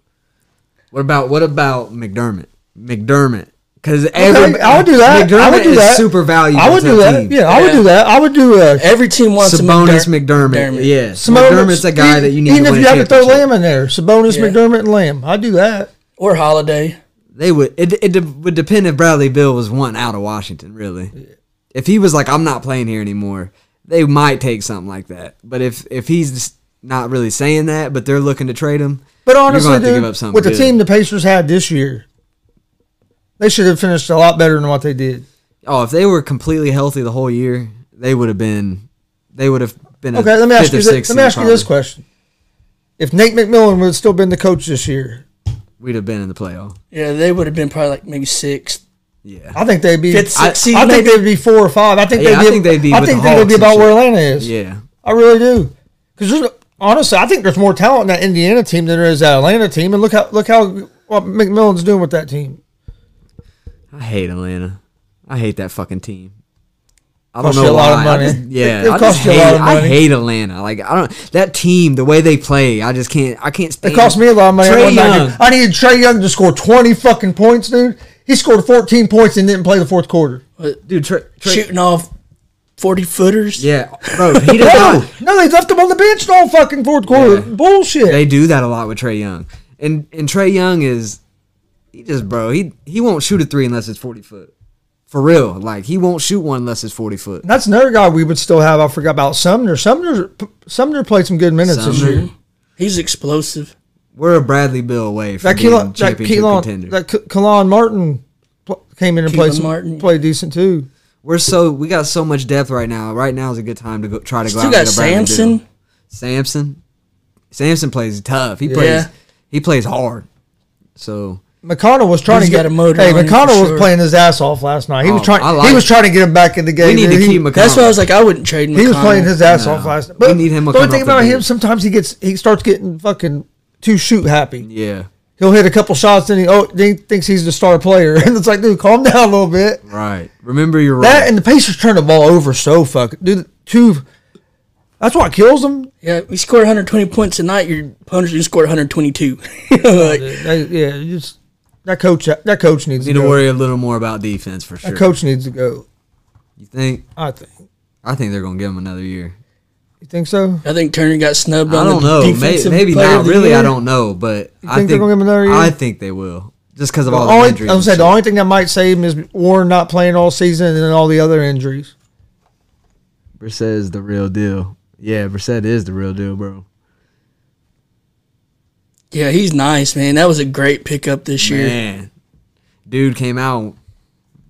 [SPEAKER 2] What about what about McDermott? McDermott, because
[SPEAKER 1] Okay, I would do that.
[SPEAKER 2] McDermott
[SPEAKER 1] I would do
[SPEAKER 2] is
[SPEAKER 1] that.
[SPEAKER 2] super valuable.
[SPEAKER 1] I would
[SPEAKER 2] to
[SPEAKER 1] do
[SPEAKER 2] the
[SPEAKER 1] that.
[SPEAKER 2] team.
[SPEAKER 1] Yeah, I would
[SPEAKER 3] Yeah.
[SPEAKER 1] do that. I would do uh,
[SPEAKER 3] every team wants
[SPEAKER 2] Sabonis,
[SPEAKER 3] a
[SPEAKER 2] McDermott. Yeah,
[SPEAKER 1] Sabonis.
[SPEAKER 2] McDermott's a guy
[SPEAKER 1] even,
[SPEAKER 2] that you need
[SPEAKER 1] Even
[SPEAKER 2] to
[SPEAKER 1] if
[SPEAKER 2] win
[SPEAKER 1] you
[SPEAKER 2] a
[SPEAKER 1] have to throw
[SPEAKER 2] championship.
[SPEAKER 1] Lamb in there, Sabonis,
[SPEAKER 3] Yeah.
[SPEAKER 1] McDermott, and Lamb, I'd do that.
[SPEAKER 3] or Holiday.
[SPEAKER 2] They would. It, it de- would depend if Bradley Bill was one out of Washington, really. If he was like, I'm not playing here anymore, they might take something like that. But if if he's not really saying that, but they're looking to trade him,
[SPEAKER 1] But
[SPEAKER 2] you're gonna
[SPEAKER 1] honestly,
[SPEAKER 2] have to
[SPEAKER 1] dude,
[SPEAKER 2] give up something
[SPEAKER 1] with the
[SPEAKER 2] good.
[SPEAKER 1] team the Pacers had this year, they should have finished a lot better than what they did.
[SPEAKER 2] Oh, if they were completely healthy the whole year, they would have been. They would have been. A
[SPEAKER 1] Okay, let me ask
[SPEAKER 2] fifth or
[SPEAKER 1] you. This,
[SPEAKER 2] sixth
[SPEAKER 1] let me
[SPEAKER 2] seed
[SPEAKER 1] ask you this
[SPEAKER 2] probably.
[SPEAKER 1] question: If Nate McMillan would have still been the coach this year,
[SPEAKER 2] We'd have been in the playoff.
[SPEAKER 3] Yeah, they would have been probably like maybe sixth.
[SPEAKER 2] Yeah.
[SPEAKER 1] I think they'd be.
[SPEAKER 3] Fifth,
[SPEAKER 1] I,
[SPEAKER 3] sixth seed,
[SPEAKER 1] I think
[SPEAKER 3] maybe?
[SPEAKER 1] they'd be four or five. I think
[SPEAKER 2] Yeah,
[SPEAKER 1] they'd
[SPEAKER 2] I
[SPEAKER 1] be.
[SPEAKER 2] think they'd be
[SPEAKER 1] I
[SPEAKER 2] with
[SPEAKER 1] think
[SPEAKER 2] the
[SPEAKER 1] they'd
[SPEAKER 2] Hawks
[SPEAKER 1] be
[SPEAKER 2] and
[SPEAKER 1] about
[SPEAKER 2] shit.
[SPEAKER 1] where Atlanta is.
[SPEAKER 2] Yeah.
[SPEAKER 1] I really do. Because honestly, I think there's more talent in that Indiana team than there is that Atlanta team. And look how look how what McMillan's doing with that team.
[SPEAKER 2] I hate Atlanta. I hate that fucking team. I
[SPEAKER 1] Cost you a lot of
[SPEAKER 2] why. I
[SPEAKER 1] money.
[SPEAKER 2] just- yeah,
[SPEAKER 1] It- it
[SPEAKER 2] I
[SPEAKER 1] cost
[SPEAKER 2] just
[SPEAKER 1] you a
[SPEAKER 2] hate,
[SPEAKER 1] lot of
[SPEAKER 2] I
[SPEAKER 1] money.
[SPEAKER 2] hate Atlanta. Like I don't that team, the way they play, I just can't. I can't stand.
[SPEAKER 1] It cost me a lot of money. at
[SPEAKER 2] Trae
[SPEAKER 1] one time, dude.
[SPEAKER 2] Young.
[SPEAKER 1] I needed Trey Young to score 20 fucking points, dude. He scored 14 points and didn't play the fourth quarter.
[SPEAKER 2] dude. Tra- Tra-
[SPEAKER 3] Shooting off forty footers.
[SPEAKER 2] Yeah, bro. He does
[SPEAKER 1] No,
[SPEAKER 2] not.
[SPEAKER 1] no, they left him on the bench the whole fucking fourth quarter.
[SPEAKER 2] Yeah.
[SPEAKER 1] Bullshit.
[SPEAKER 2] They do that a lot with Trey Young, and and Trey Young is he just bro. He he won't shoot a three unless it's forty foot. For real, like he won't shoot one unless it's forty foot.
[SPEAKER 1] And that's another guy we would still have. I forgot about Sumner. Sumner Sumner played some good minutes this
[SPEAKER 2] Sumner.
[SPEAKER 1] year.
[SPEAKER 3] Mm-hmm. He's explosive.
[SPEAKER 2] We're a Bradley Bill away from
[SPEAKER 1] That
[SPEAKER 2] being
[SPEAKER 1] Keelan, that
[SPEAKER 2] championship
[SPEAKER 1] Keelan,
[SPEAKER 2] contender.
[SPEAKER 1] that Ke- Keelan Martin pl- came in and played
[SPEAKER 3] Keelan
[SPEAKER 1] some,
[SPEAKER 3] Martin.
[SPEAKER 1] played decent too.
[SPEAKER 2] We're so we got so much depth right now. Right now is a good time to go try to go out
[SPEAKER 3] Still
[SPEAKER 2] and
[SPEAKER 3] got
[SPEAKER 2] get a Bradley Beal.
[SPEAKER 3] Samson.
[SPEAKER 2] Samson. Samson plays tough. He
[SPEAKER 1] Yeah.
[SPEAKER 2] plays he plays hard. So
[SPEAKER 1] McConnell was trying
[SPEAKER 3] He's
[SPEAKER 1] to get
[SPEAKER 3] got a motor
[SPEAKER 1] Hey,
[SPEAKER 3] on him for
[SPEAKER 1] McConnell was
[SPEAKER 3] sure.
[SPEAKER 1] playing his ass off last night. He was
[SPEAKER 2] Oh,
[SPEAKER 1] trying.
[SPEAKER 2] I like
[SPEAKER 1] he was
[SPEAKER 2] it.
[SPEAKER 1] trying to get him back in the
[SPEAKER 2] we
[SPEAKER 1] game.
[SPEAKER 2] need to
[SPEAKER 1] dude.
[SPEAKER 2] keep
[SPEAKER 1] he,
[SPEAKER 2] McConnell.
[SPEAKER 3] That's why I was like, I wouldn't trade. McConnell.
[SPEAKER 1] he was playing his ass off
[SPEAKER 2] No.
[SPEAKER 1] last night.
[SPEAKER 2] We
[SPEAKER 1] But
[SPEAKER 2] need him to
[SPEAKER 1] the only
[SPEAKER 2] come
[SPEAKER 1] thing
[SPEAKER 2] off the
[SPEAKER 1] about him,
[SPEAKER 2] bench.
[SPEAKER 1] sometimes he gets he starts getting fucking too shoot happy.
[SPEAKER 2] Yeah.
[SPEAKER 1] He'll hit a couple shots, then he oh then he thinks he's the star player, and it's like, dude, calm down a little bit.
[SPEAKER 2] Right. Remember your role.
[SPEAKER 1] That and the Pacers turn the ball over so fucking dude two. That's what kills them.
[SPEAKER 3] Yeah, we scored 120 points tonight. Your opponents just scored 122. like,
[SPEAKER 1] They- yeah, you just that coach. That coach needs
[SPEAKER 2] need
[SPEAKER 1] to
[SPEAKER 2] to
[SPEAKER 1] go.
[SPEAKER 2] worry a little more about defense for
[SPEAKER 1] That
[SPEAKER 2] sure.
[SPEAKER 1] coach needs to go.
[SPEAKER 2] you think?
[SPEAKER 1] I think.
[SPEAKER 2] I think they're gonna give him another year.
[SPEAKER 1] You think so?
[SPEAKER 3] I think Turner got snubbed
[SPEAKER 2] I
[SPEAKER 3] on
[SPEAKER 2] don't
[SPEAKER 3] the
[SPEAKER 2] know. May,
[SPEAKER 3] defensive
[SPEAKER 2] maybe
[SPEAKER 3] player
[SPEAKER 2] not
[SPEAKER 3] of the
[SPEAKER 2] really.
[SPEAKER 3] year.
[SPEAKER 2] I don't know, but I
[SPEAKER 1] think
[SPEAKER 2] think
[SPEAKER 1] they're gonna give him another year?
[SPEAKER 2] I think they will, just because of all the
[SPEAKER 1] only,
[SPEAKER 2] injuries.
[SPEAKER 1] I
[SPEAKER 2] and
[SPEAKER 1] was saying the
[SPEAKER 2] shit.
[SPEAKER 1] only thing that might save him is Warren not playing all season and then all the other injuries.
[SPEAKER 2] Brissett is the real deal. Yeah, Brissett is the real deal, bro.
[SPEAKER 3] Yeah, he's nice, man. That was a great pickup this year.
[SPEAKER 2] Man, dude came out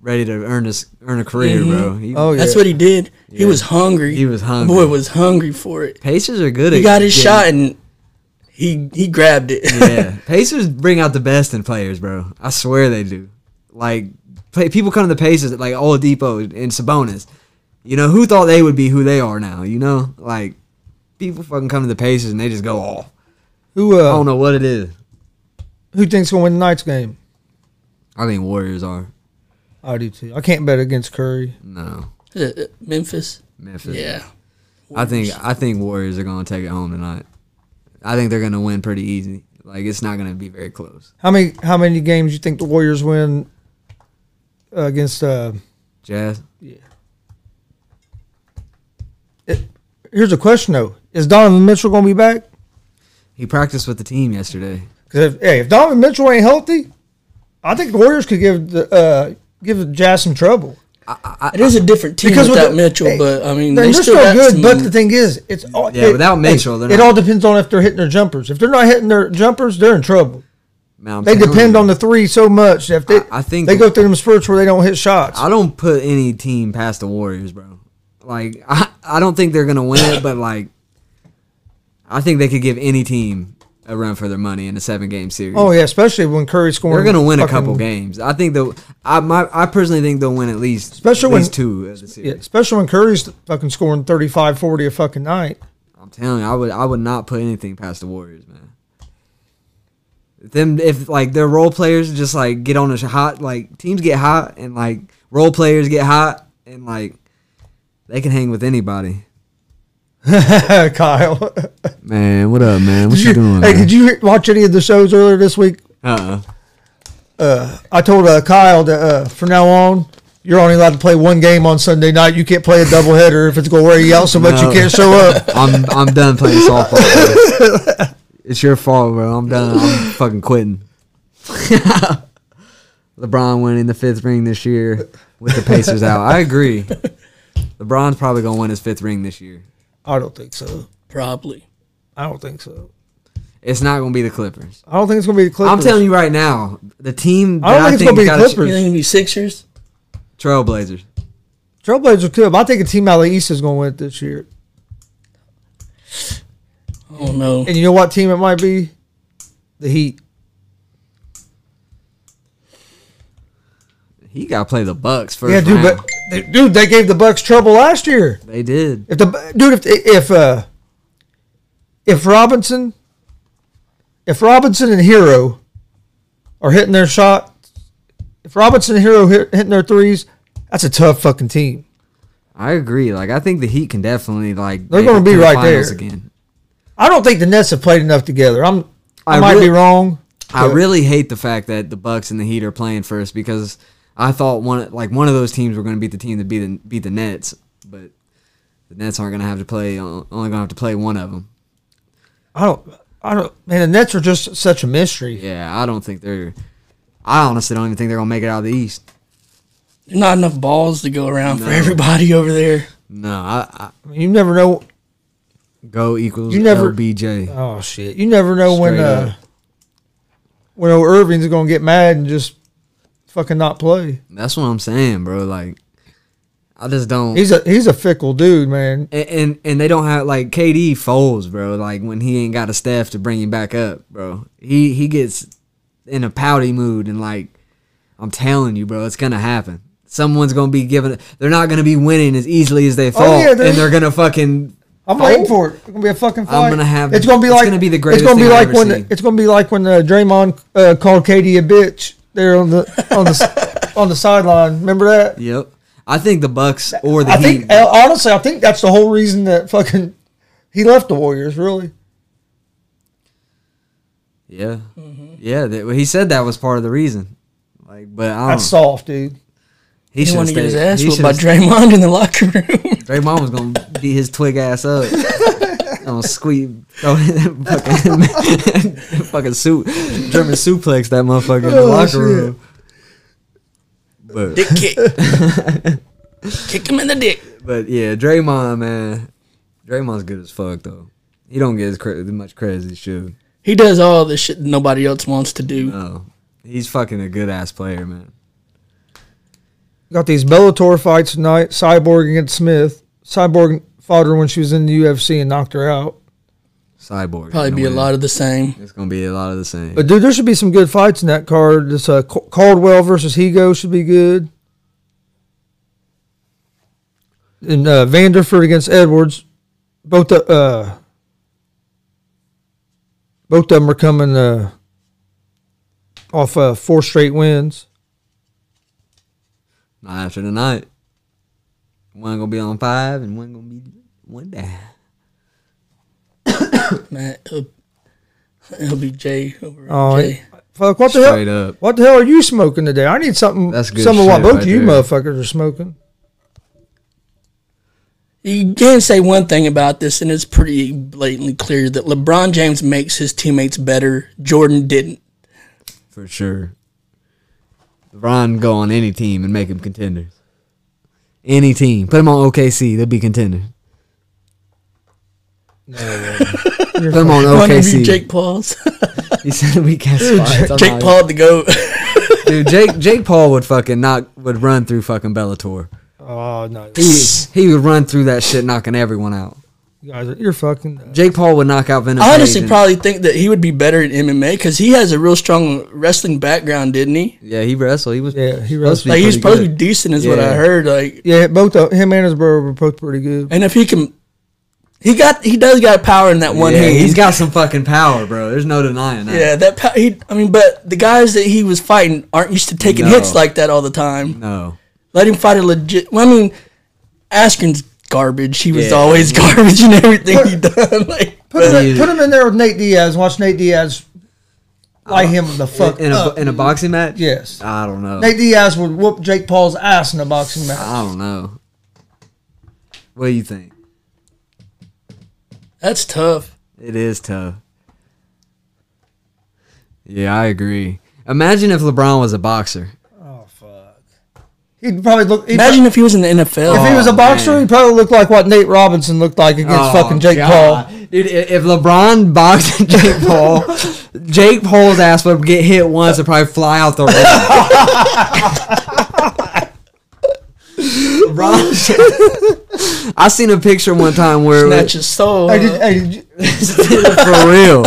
[SPEAKER 2] ready to earn his earn a career,
[SPEAKER 3] Mm-hmm.
[SPEAKER 2] bro. He,
[SPEAKER 1] Oh yeah.
[SPEAKER 3] That's what he did. He was hungry.
[SPEAKER 2] He was
[SPEAKER 3] The
[SPEAKER 2] hungry.
[SPEAKER 3] Boy was hungry for it.
[SPEAKER 2] Pacers are good.
[SPEAKER 3] He
[SPEAKER 2] at
[SPEAKER 3] got his
[SPEAKER 2] getting-
[SPEAKER 3] shot and he he grabbed it.
[SPEAKER 2] yeah, Pacers bring out the best in players, bro. I swear they do. Like play, people come to the Pacers like Oladipo and Sabonis. You know who thought they would be who they are now? You know, like people fucking come to the Pacers and they just go off.
[SPEAKER 1] Who
[SPEAKER 3] Oh.
[SPEAKER 2] I
[SPEAKER 1] uh,
[SPEAKER 2] don't know what it is.
[SPEAKER 1] who thinks gonna win tonight's game?
[SPEAKER 2] I think Warriors are.
[SPEAKER 1] I do too. I can't bet against Curry.
[SPEAKER 2] No.
[SPEAKER 3] Is it Memphis?
[SPEAKER 2] Memphis.
[SPEAKER 3] Yeah.
[SPEAKER 2] I think I think Warriors are gonna take it home tonight. I think they're gonna win pretty easy. Like it's not gonna be very close.
[SPEAKER 1] How many how many games you think the Warriors win uh, against? Uh,
[SPEAKER 2] Jazz.
[SPEAKER 1] here's a question though: Is Donovan Mitchell gonna be back?
[SPEAKER 2] He practiced with the team yesterday.
[SPEAKER 1] Because if, hey, if Donovan Mitchell ain't healthy, I think the Warriors could give the uh, give the Jazz some trouble.
[SPEAKER 3] It is a different team
[SPEAKER 1] Because with
[SPEAKER 3] without
[SPEAKER 1] the-
[SPEAKER 3] Mitchell,
[SPEAKER 1] hey,
[SPEAKER 3] but I mean,
[SPEAKER 1] They're,
[SPEAKER 3] they
[SPEAKER 1] they're
[SPEAKER 3] still
[SPEAKER 1] still,
[SPEAKER 3] got
[SPEAKER 1] good,
[SPEAKER 3] some-
[SPEAKER 1] but the thing is, it's all
[SPEAKER 2] Yeah,
[SPEAKER 1] it-
[SPEAKER 2] without
[SPEAKER 1] hey,
[SPEAKER 2] Mitchell, they're
[SPEAKER 1] it
[SPEAKER 2] not-
[SPEAKER 1] all depends on if they're hitting their jumpers. If they're not hitting their jumpers, they're in trouble.
[SPEAKER 2] Man, I'm
[SPEAKER 1] They
[SPEAKER 2] telling
[SPEAKER 1] depend
[SPEAKER 2] you.
[SPEAKER 1] on the three so much. If they,
[SPEAKER 2] I- I think-
[SPEAKER 1] they go through them spurts where they don't hit shots.
[SPEAKER 2] I don't put any team past the Warriors, bro. Like I, I don't think they're gonna win it, but like I think they could give any team a run for their money in a seven game series.
[SPEAKER 1] oh yeah, especially when Curry scoring.
[SPEAKER 2] They're gonna win a
[SPEAKER 1] fucking-
[SPEAKER 2] couple games. I think they'll I my I personally think they'll win at least
[SPEAKER 1] Especially
[SPEAKER 2] at least
[SPEAKER 1] when-
[SPEAKER 2] two of the
[SPEAKER 1] Yeah,
[SPEAKER 2] series.
[SPEAKER 1] especially when Curry's fucking scoring 35, 40 a fucking night.
[SPEAKER 2] I'm telling you, I would I would not put anything past the Warriors, man. If Them if like their role players just like get on a sh- hot like teams get hot and like role players get hot and like they can hang with anybody.
[SPEAKER 1] Kyle,
[SPEAKER 2] Man, what up, man? What
[SPEAKER 1] Did you- hey, did you watch any of the shows earlier this week?
[SPEAKER 2] uh
[SPEAKER 1] I told uh, Kyle that uh, from now on, you're only allowed to play one game on Sunday night. You can't play a doubleheader if it's going to wear you out so much
[SPEAKER 2] No.
[SPEAKER 1] you can't show up.
[SPEAKER 2] I'm I'm done playing softball. bro. it's your fault, bro. I'm done. I'm fucking quitting. LeBron winning the fifth ring this year with the Pacers out. I agree. LeBron's probably gonna win his fifth ring this year.
[SPEAKER 1] I don't think so.
[SPEAKER 3] probably.
[SPEAKER 1] I don't think so.
[SPEAKER 2] It's not gonna be the Clippers.
[SPEAKER 1] I don't think it's going to be the Clippers.
[SPEAKER 2] I'm telling you right now, the team that
[SPEAKER 1] I don't
[SPEAKER 2] I
[SPEAKER 1] think it's
[SPEAKER 2] think,
[SPEAKER 1] gonna be the
[SPEAKER 2] got a ch-
[SPEAKER 1] Clippers.
[SPEAKER 3] You think it'd be Sixers?
[SPEAKER 2] Trailblazers.
[SPEAKER 1] Trailblazers could, but I think a team out of the East is going to win it this year.
[SPEAKER 3] I don't know.
[SPEAKER 1] And you know what team it might be? The Heat.
[SPEAKER 2] He gotta play the Bucks first.
[SPEAKER 1] yeah, dude,
[SPEAKER 2] round.
[SPEAKER 1] but they, dude, they gave the Bucks trouble last year.
[SPEAKER 2] they did.
[SPEAKER 1] If the dude, if if uh, if Robinson, if Robinson and Hero are hitting their shot, if Robinson and Hero hit, hitting their threes, that's a tough fucking team.
[SPEAKER 2] I agree. Like I think the Heat can definitely like
[SPEAKER 1] They're
[SPEAKER 2] make
[SPEAKER 1] gonna
[SPEAKER 2] it
[SPEAKER 1] be
[SPEAKER 2] the
[SPEAKER 1] right
[SPEAKER 2] finals
[SPEAKER 1] there.
[SPEAKER 2] again.
[SPEAKER 1] I don't think the Nets have played enough together. I'm, I,
[SPEAKER 2] I
[SPEAKER 1] might
[SPEAKER 2] really-
[SPEAKER 1] be wrong.
[SPEAKER 2] I
[SPEAKER 1] but
[SPEAKER 2] really hate the fact that the Bucks and the Heat are playing first because I thought one like one of those teams were going to beat the team that beat the beat the Nets, but the Nets aren't going to have to play uh, only going to have to play one of them.
[SPEAKER 1] I don't. I don't. Man, the Nets are just such a mystery.
[SPEAKER 2] Yeah, I don't think they're. I honestly don't even think they're going to make it out of the East.
[SPEAKER 3] There's not enough balls to go around for
[SPEAKER 2] No.
[SPEAKER 3] everybody over there.
[SPEAKER 2] No, I,
[SPEAKER 1] I mean, you never know.
[SPEAKER 2] I go equals
[SPEAKER 1] You never-
[SPEAKER 2] LBJ.
[SPEAKER 1] Oh shit! You never know when
[SPEAKER 2] Straight
[SPEAKER 1] uh,
[SPEAKER 2] up.
[SPEAKER 1] when old Irving's going to get mad and just fucking not play.
[SPEAKER 2] That's what I'm saying, bro. Like, I just don't.
[SPEAKER 1] He's a he's a fickle dude, man.
[SPEAKER 2] and, and and they don't have like KD folds, bro. Like when he ain't got a staff to bring him back up, bro. He he gets in a pouty mood and like I'm telling you, bro, it's gonna happen. Someone's gonna be giving. They're not gonna be winning as easily as they thought,
[SPEAKER 1] yeah, they're-
[SPEAKER 2] and they're gonna fucking.
[SPEAKER 1] I'm
[SPEAKER 2] fold.
[SPEAKER 1] waiting for it. It's gonna be a fucking fight.
[SPEAKER 2] gonna have-
[SPEAKER 1] It's gonna be
[SPEAKER 2] it's
[SPEAKER 1] like.
[SPEAKER 2] gonna be the
[SPEAKER 1] It's gonna
[SPEAKER 2] greatest
[SPEAKER 1] be
[SPEAKER 2] thing I've
[SPEAKER 1] like
[SPEAKER 2] ever
[SPEAKER 1] when.
[SPEAKER 2] seen.
[SPEAKER 1] It's gonna be like when uh, Draymond uh, called Katie a bitch there on the on the s- on the sideline. Remember that?
[SPEAKER 2] Yep, I think the Bucks or the
[SPEAKER 1] I
[SPEAKER 2] Heat.
[SPEAKER 1] think uh, honestly, I think that's the whole reason that fucking he left the Warriors. Really,
[SPEAKER 2] yeah, yeah. That, well, he said that was part of the reason. Like, but I
[SPEAKER 1] that's
[SPEAKER 2] don't.
[SPEAKER 1] soft, dude.
[SPEAKER 2] He
[SPEAKER 3] He
[SPEAKER 2] should
[SPEAKER 3] want to get his ass
[SPEAKER 2] he
[SPEAKER 3] whipped by
[SPEAKER 2] should've-
[SPEAKER 3] Draymond in the locker room.
[SPEAKER 2] Draymond was gonna beat his twig ass up. Gonna squeak, throw in that fucking, fucking suit, German suplex that motherfucker in the
[SPEAKER 1] Oh,
[SPEAKER 2] locker
[SPEAKER 1] shit.
[SPEAKER 2] room. But
[SPEAKER 3] dick kick. kick him in the dick.
[SPEAKER 2] but yeah, Draymond man, Draymond's good as fuck though. He don't get as cra- as much credit as he should.
[SPEAKER 3] He does all the shit nobody else wants to do.
[SPEAKER 2] No, he's fucking a good ass player, man.
[SPEAKER 1] Got these Bellator fights tonight. Cyborg against Smith. Cyborg fought her when she was in the UFC and knocked her out.
[SPEAKER 2] Cyborg
[SPEAKER 3] Probably
[SPEAKER 2] in
[SPEAKER 3] be a
[SPEAKER 2] way.
[SPEAKER 3] lot of the same.
[SPEAKER 2] It's gonna be a lot of the same.
[SPEAKER 1] But dude, there should be some good fights in that card. This uh, Cal- Caldwell versus Higo should be good. And uh, Vanderford against Edwards, both the uh, Both of them are coming uh, off uh, four straight wins.
[SPEAKER 2] Not after tonight. One gonna be on five, and one gonna be one down.
[SPEAKER 3] Man, it'll, it'll be Jay over
[SPEAKER 1] Oh,
[SPEAKER 3] Jay.
[SPEAKER 1] Fuck! What the
[SPEAKER 2] Straight
[SPEAKER 1] hell?
[SPEAKER 2] up.
[SPEAKER 1] What the hell are you smoking today? I need something.
[SPEAKER 2] That's good
[SPEAKER 1] Some of what
[SPEAKER 2] shit
[SPEAKER 1] both
[SPEAKER 2] right
[SPEAKER 1] of you
[SPEAKER 2] there.
[SPEAKER 1] motherfuckers are smoking.
[SPEAKER 3] You can say one thing about this, and it's pretty blatantly clear that LeBron James makes his teammates better. Jordan didn't.
[SPEAKER 2] For sure. LeBron go on any team and make them contenders. Any team. Put them on OKC. They'll be contenders. Put them on
[SPEAKER 3] One of you,
[SPEAKER 2] OKC.
[SPEAKER 3] Jake Paul's.
[SPEAKER 2] He said we can't spot.
[SPEAKER 3] Jake Paul the goat.
[SPEAKER 2] Dude, Jake, Jake Paul would fucking knock, would run through fucking Bellator.
[SPEAKER 1] Oh no,
[SPEAKER 2] He, he would run through that shit knocking everyone out.
[SPEAKER 1] you guys, are- you're fucking. uh,
[SPEAKER 2] Jake Paul would knock out Venom.
[SPEAKER 3] I honestly probably think that he would be better in MMA because he has a real strong wrestling background, didn't he?
[SPEAKER 2] Yeah, he wrestled. He was.
[SPEAKER 1] Yeah, he
[SPEAKER 2] supposed to be
[SPEAKER 3] Like he's
[SPEAKER 2] pretty
[SPEAKER 3] supposed to
[SPEAKER 2] good.
[SPEAKER 3] be decent, is what I
[SPEAKER 2] Yeah.
[SPEAKER 3] heard. Like,
[SPEAKER 1] Yeah, both of, him and his brother were both pretty good.
[SPEAKER 3] and if he can, he got he does got power in that one
[SPEAKER 2] yeah,
[SPEAKER 3] hand.
[SPEAKER 2] he's got some fucking power, bro. There's no denying that.
[SPEAKER 3] yeah that pow- he. I mean, but the guys that he was fighting aren't used to taking
[SPEAKER 2] No.
[SPEAKER 3] hits like that all the time.
[SPEAKER 2] No.
[SPEAKER 3] Let him fight a legit. Well, I mean, Askren's garbage. He was
[SPEAKER 2] Yeah.
[SPEAKER 3] always garbage in everything he done. Like,
[SPEAKER 1] Put him,
[SPEAKER 2] But he-
[SPEAKER 1] put him in there with Nate Diaz. Watch Nate Diaz light him the fuck
[SPEAKER 2] Uh, In a,
[SPEAKER 1] up.
[SPEAKER 2] in a boxing match?
[SPEAKER 1] yes,
[SPEAKER 2] I don't know.
[SPEAKER 1] Nate Diaz would whoop Jake Paul's ass in a boxing match.
[SPEAKER 2] I don't know. What do you think?
[SPEAKER 3] that's tough.
[SPEAKER 2] It is tough. Yeah, I agree. Imagine if LeBron was a boxer.
[SPEAKER 1] Oh fuck! He'd probably look. He'd
[SPEAKER 3] Imagine if he was in the NFL.
[SPEAKER 1] If he was a
[SPEAKER 2] Oh,
[SPEAKER 1] boxer,
[SPEAKER 2] man.
[SPEAKER 1] he'd probably look like what Nate Robinson looked like against
[SPEAKER 2] Oh,
[SPEAKER 1] fucking Jake
[SPEAKER 2] God.
[SPEAKER 1] Paul.
[SPEAKER 2] Dude, i- if LeBron boxed Jake Paul, Jake Paul's ass would get hit once and probably fly out the ring. LeBron. I seen a picture one time where
[SPEAKER 3] Snatch his soul.
[SPEAKER 1] Hey,
[SPEAKER 3] huh?
[SPEAKER 1] did, hey, did you-
[SPEAKER 2] for real.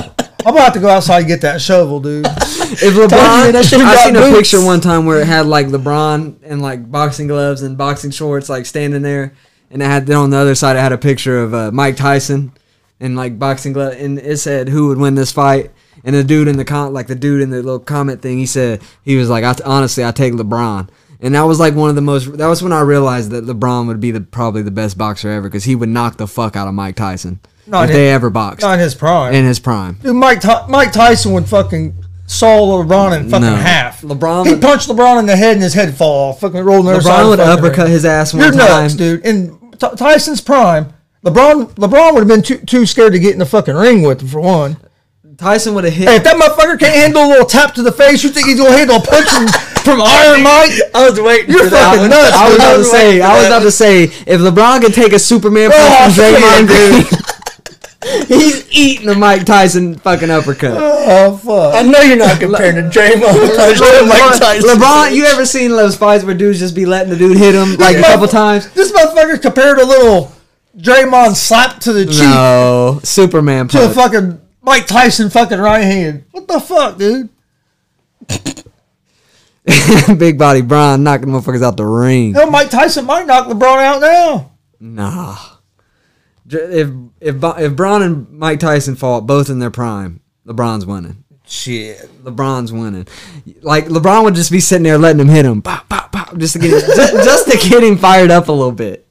[SPEAKER 1] I'm about to go outside and get that shovel, dude.
[SPEAKER 2] If LeBron,
[SPEAKER 3] you, that should've
[SPEAKER 2] I
[SPEAKER 3] got
[SPEAKER 2] seen a
[SPEAKER 3] boots.
[SPEAKER 2] picture one time where it had like LeBron and like boxing gloves and boxing shorts, like standing there, and it had then on the other side, I had a picture of uh, Mike Tyson and like boxing glove, and it said who would win this fight, and the dude in the con, like the dude in the little comment thing, he said he was like, I t- honestly, I take LeBron. And that was like one of the most. That was when I realized that LeBron would be the probably the best boxer ever because he would knock the fuck out of Mike Tyson
[SPEAKER 1] Not
[SPEAKER 2] if
[SPEAKER 1] him.
[SPEAKER 2] they ever boxed
[SPEAKER 1] Not in his prime.
[SPEAKER 2] in his prime.
[SPEAKER 1] dude, Mike, Ty- Mike Tyson would fucking saw LeBron in fucking
[SPEAKER 2] No.
[SPEAKER 1] half.
[SPEAKER 2] LeBron
[SPEAKER 1] he
[SPEAKER 2] would-
[SPEAKER 1] punched LeBron in the head and his head fall off. Fucking rolled in
[SPEAKER 2] LeBron would uppercut his ass one
[SPEAKER 1] You're
[SPEAKER 2] time.
[SPEAKER 1] nuts, dude. In T- Tyson's prime, LeBron LeBron would have been too, too scared to get in the fucking ring with him for one.
[SPEAKER 2] Tyson would have hit.
[SPEAKER 1] Hey, if that motherfucker can't handle a little tap to the face, you think he's gonna handle a punch from, from Iron Mike?
[SPEAKER 3] I was waiting.
[SPEAKER 1] You're
[SPEAKER 3] for that.
[SPEAKER 1] fucking nuts.
[SPEAKER 2] I was
[SPEAKER 1] dude.
[SPEAKER 2] about to say, I was
[SPEAKER 1] That
[SPEAKER 2] about to say, if LeBron could take a Superman punch
[SPEAKER 1] Oh,
[SPEAKER 2] from
[SPEAKER 1] shit,
[SPEAKER 2] Draymond Green, he's eating a Mike Tyson fucking uppercut.
[SPEAKER 1] Oh fuck!
[SPEAKER 3] I know you're not comparing to Draymond Punch to Mike
[SPEAKER 2] LeBron,
[SPEAKER 3] Tyson.
[SPEAKER 2] LeBron, you ever seen those fights where dudes just be letting the dude hit him like a couple times?
[SPEAKER 1] This motherfucker compared a little Draymond slap to the cheek
[SPEAKER 2] No, Superman
[SPEAKER 1] to a
[SPEAKER 2] punch.
[SPEAKER 1] fucking Mike Tyson fucking right hand. What the fuck, dude?
[SPEAKER 2] Big body Brian knocking motherfuckers out the ring.
[SPEAKER 1] Hell, Mike Tyson might knock LeBron out now.
[SPEAKER 2] Nah. Dr- If if Bo- if Braun and Mike Tyson fought both in their prime, LeBron's winning.
[SPEAKER 1] Shit.
[SPEAKER 2] LeBron's winning. Like LeBron would just be sitting there letting him hit him, pop, pop, pop, just to get him, just, just to get him fired up a little bit,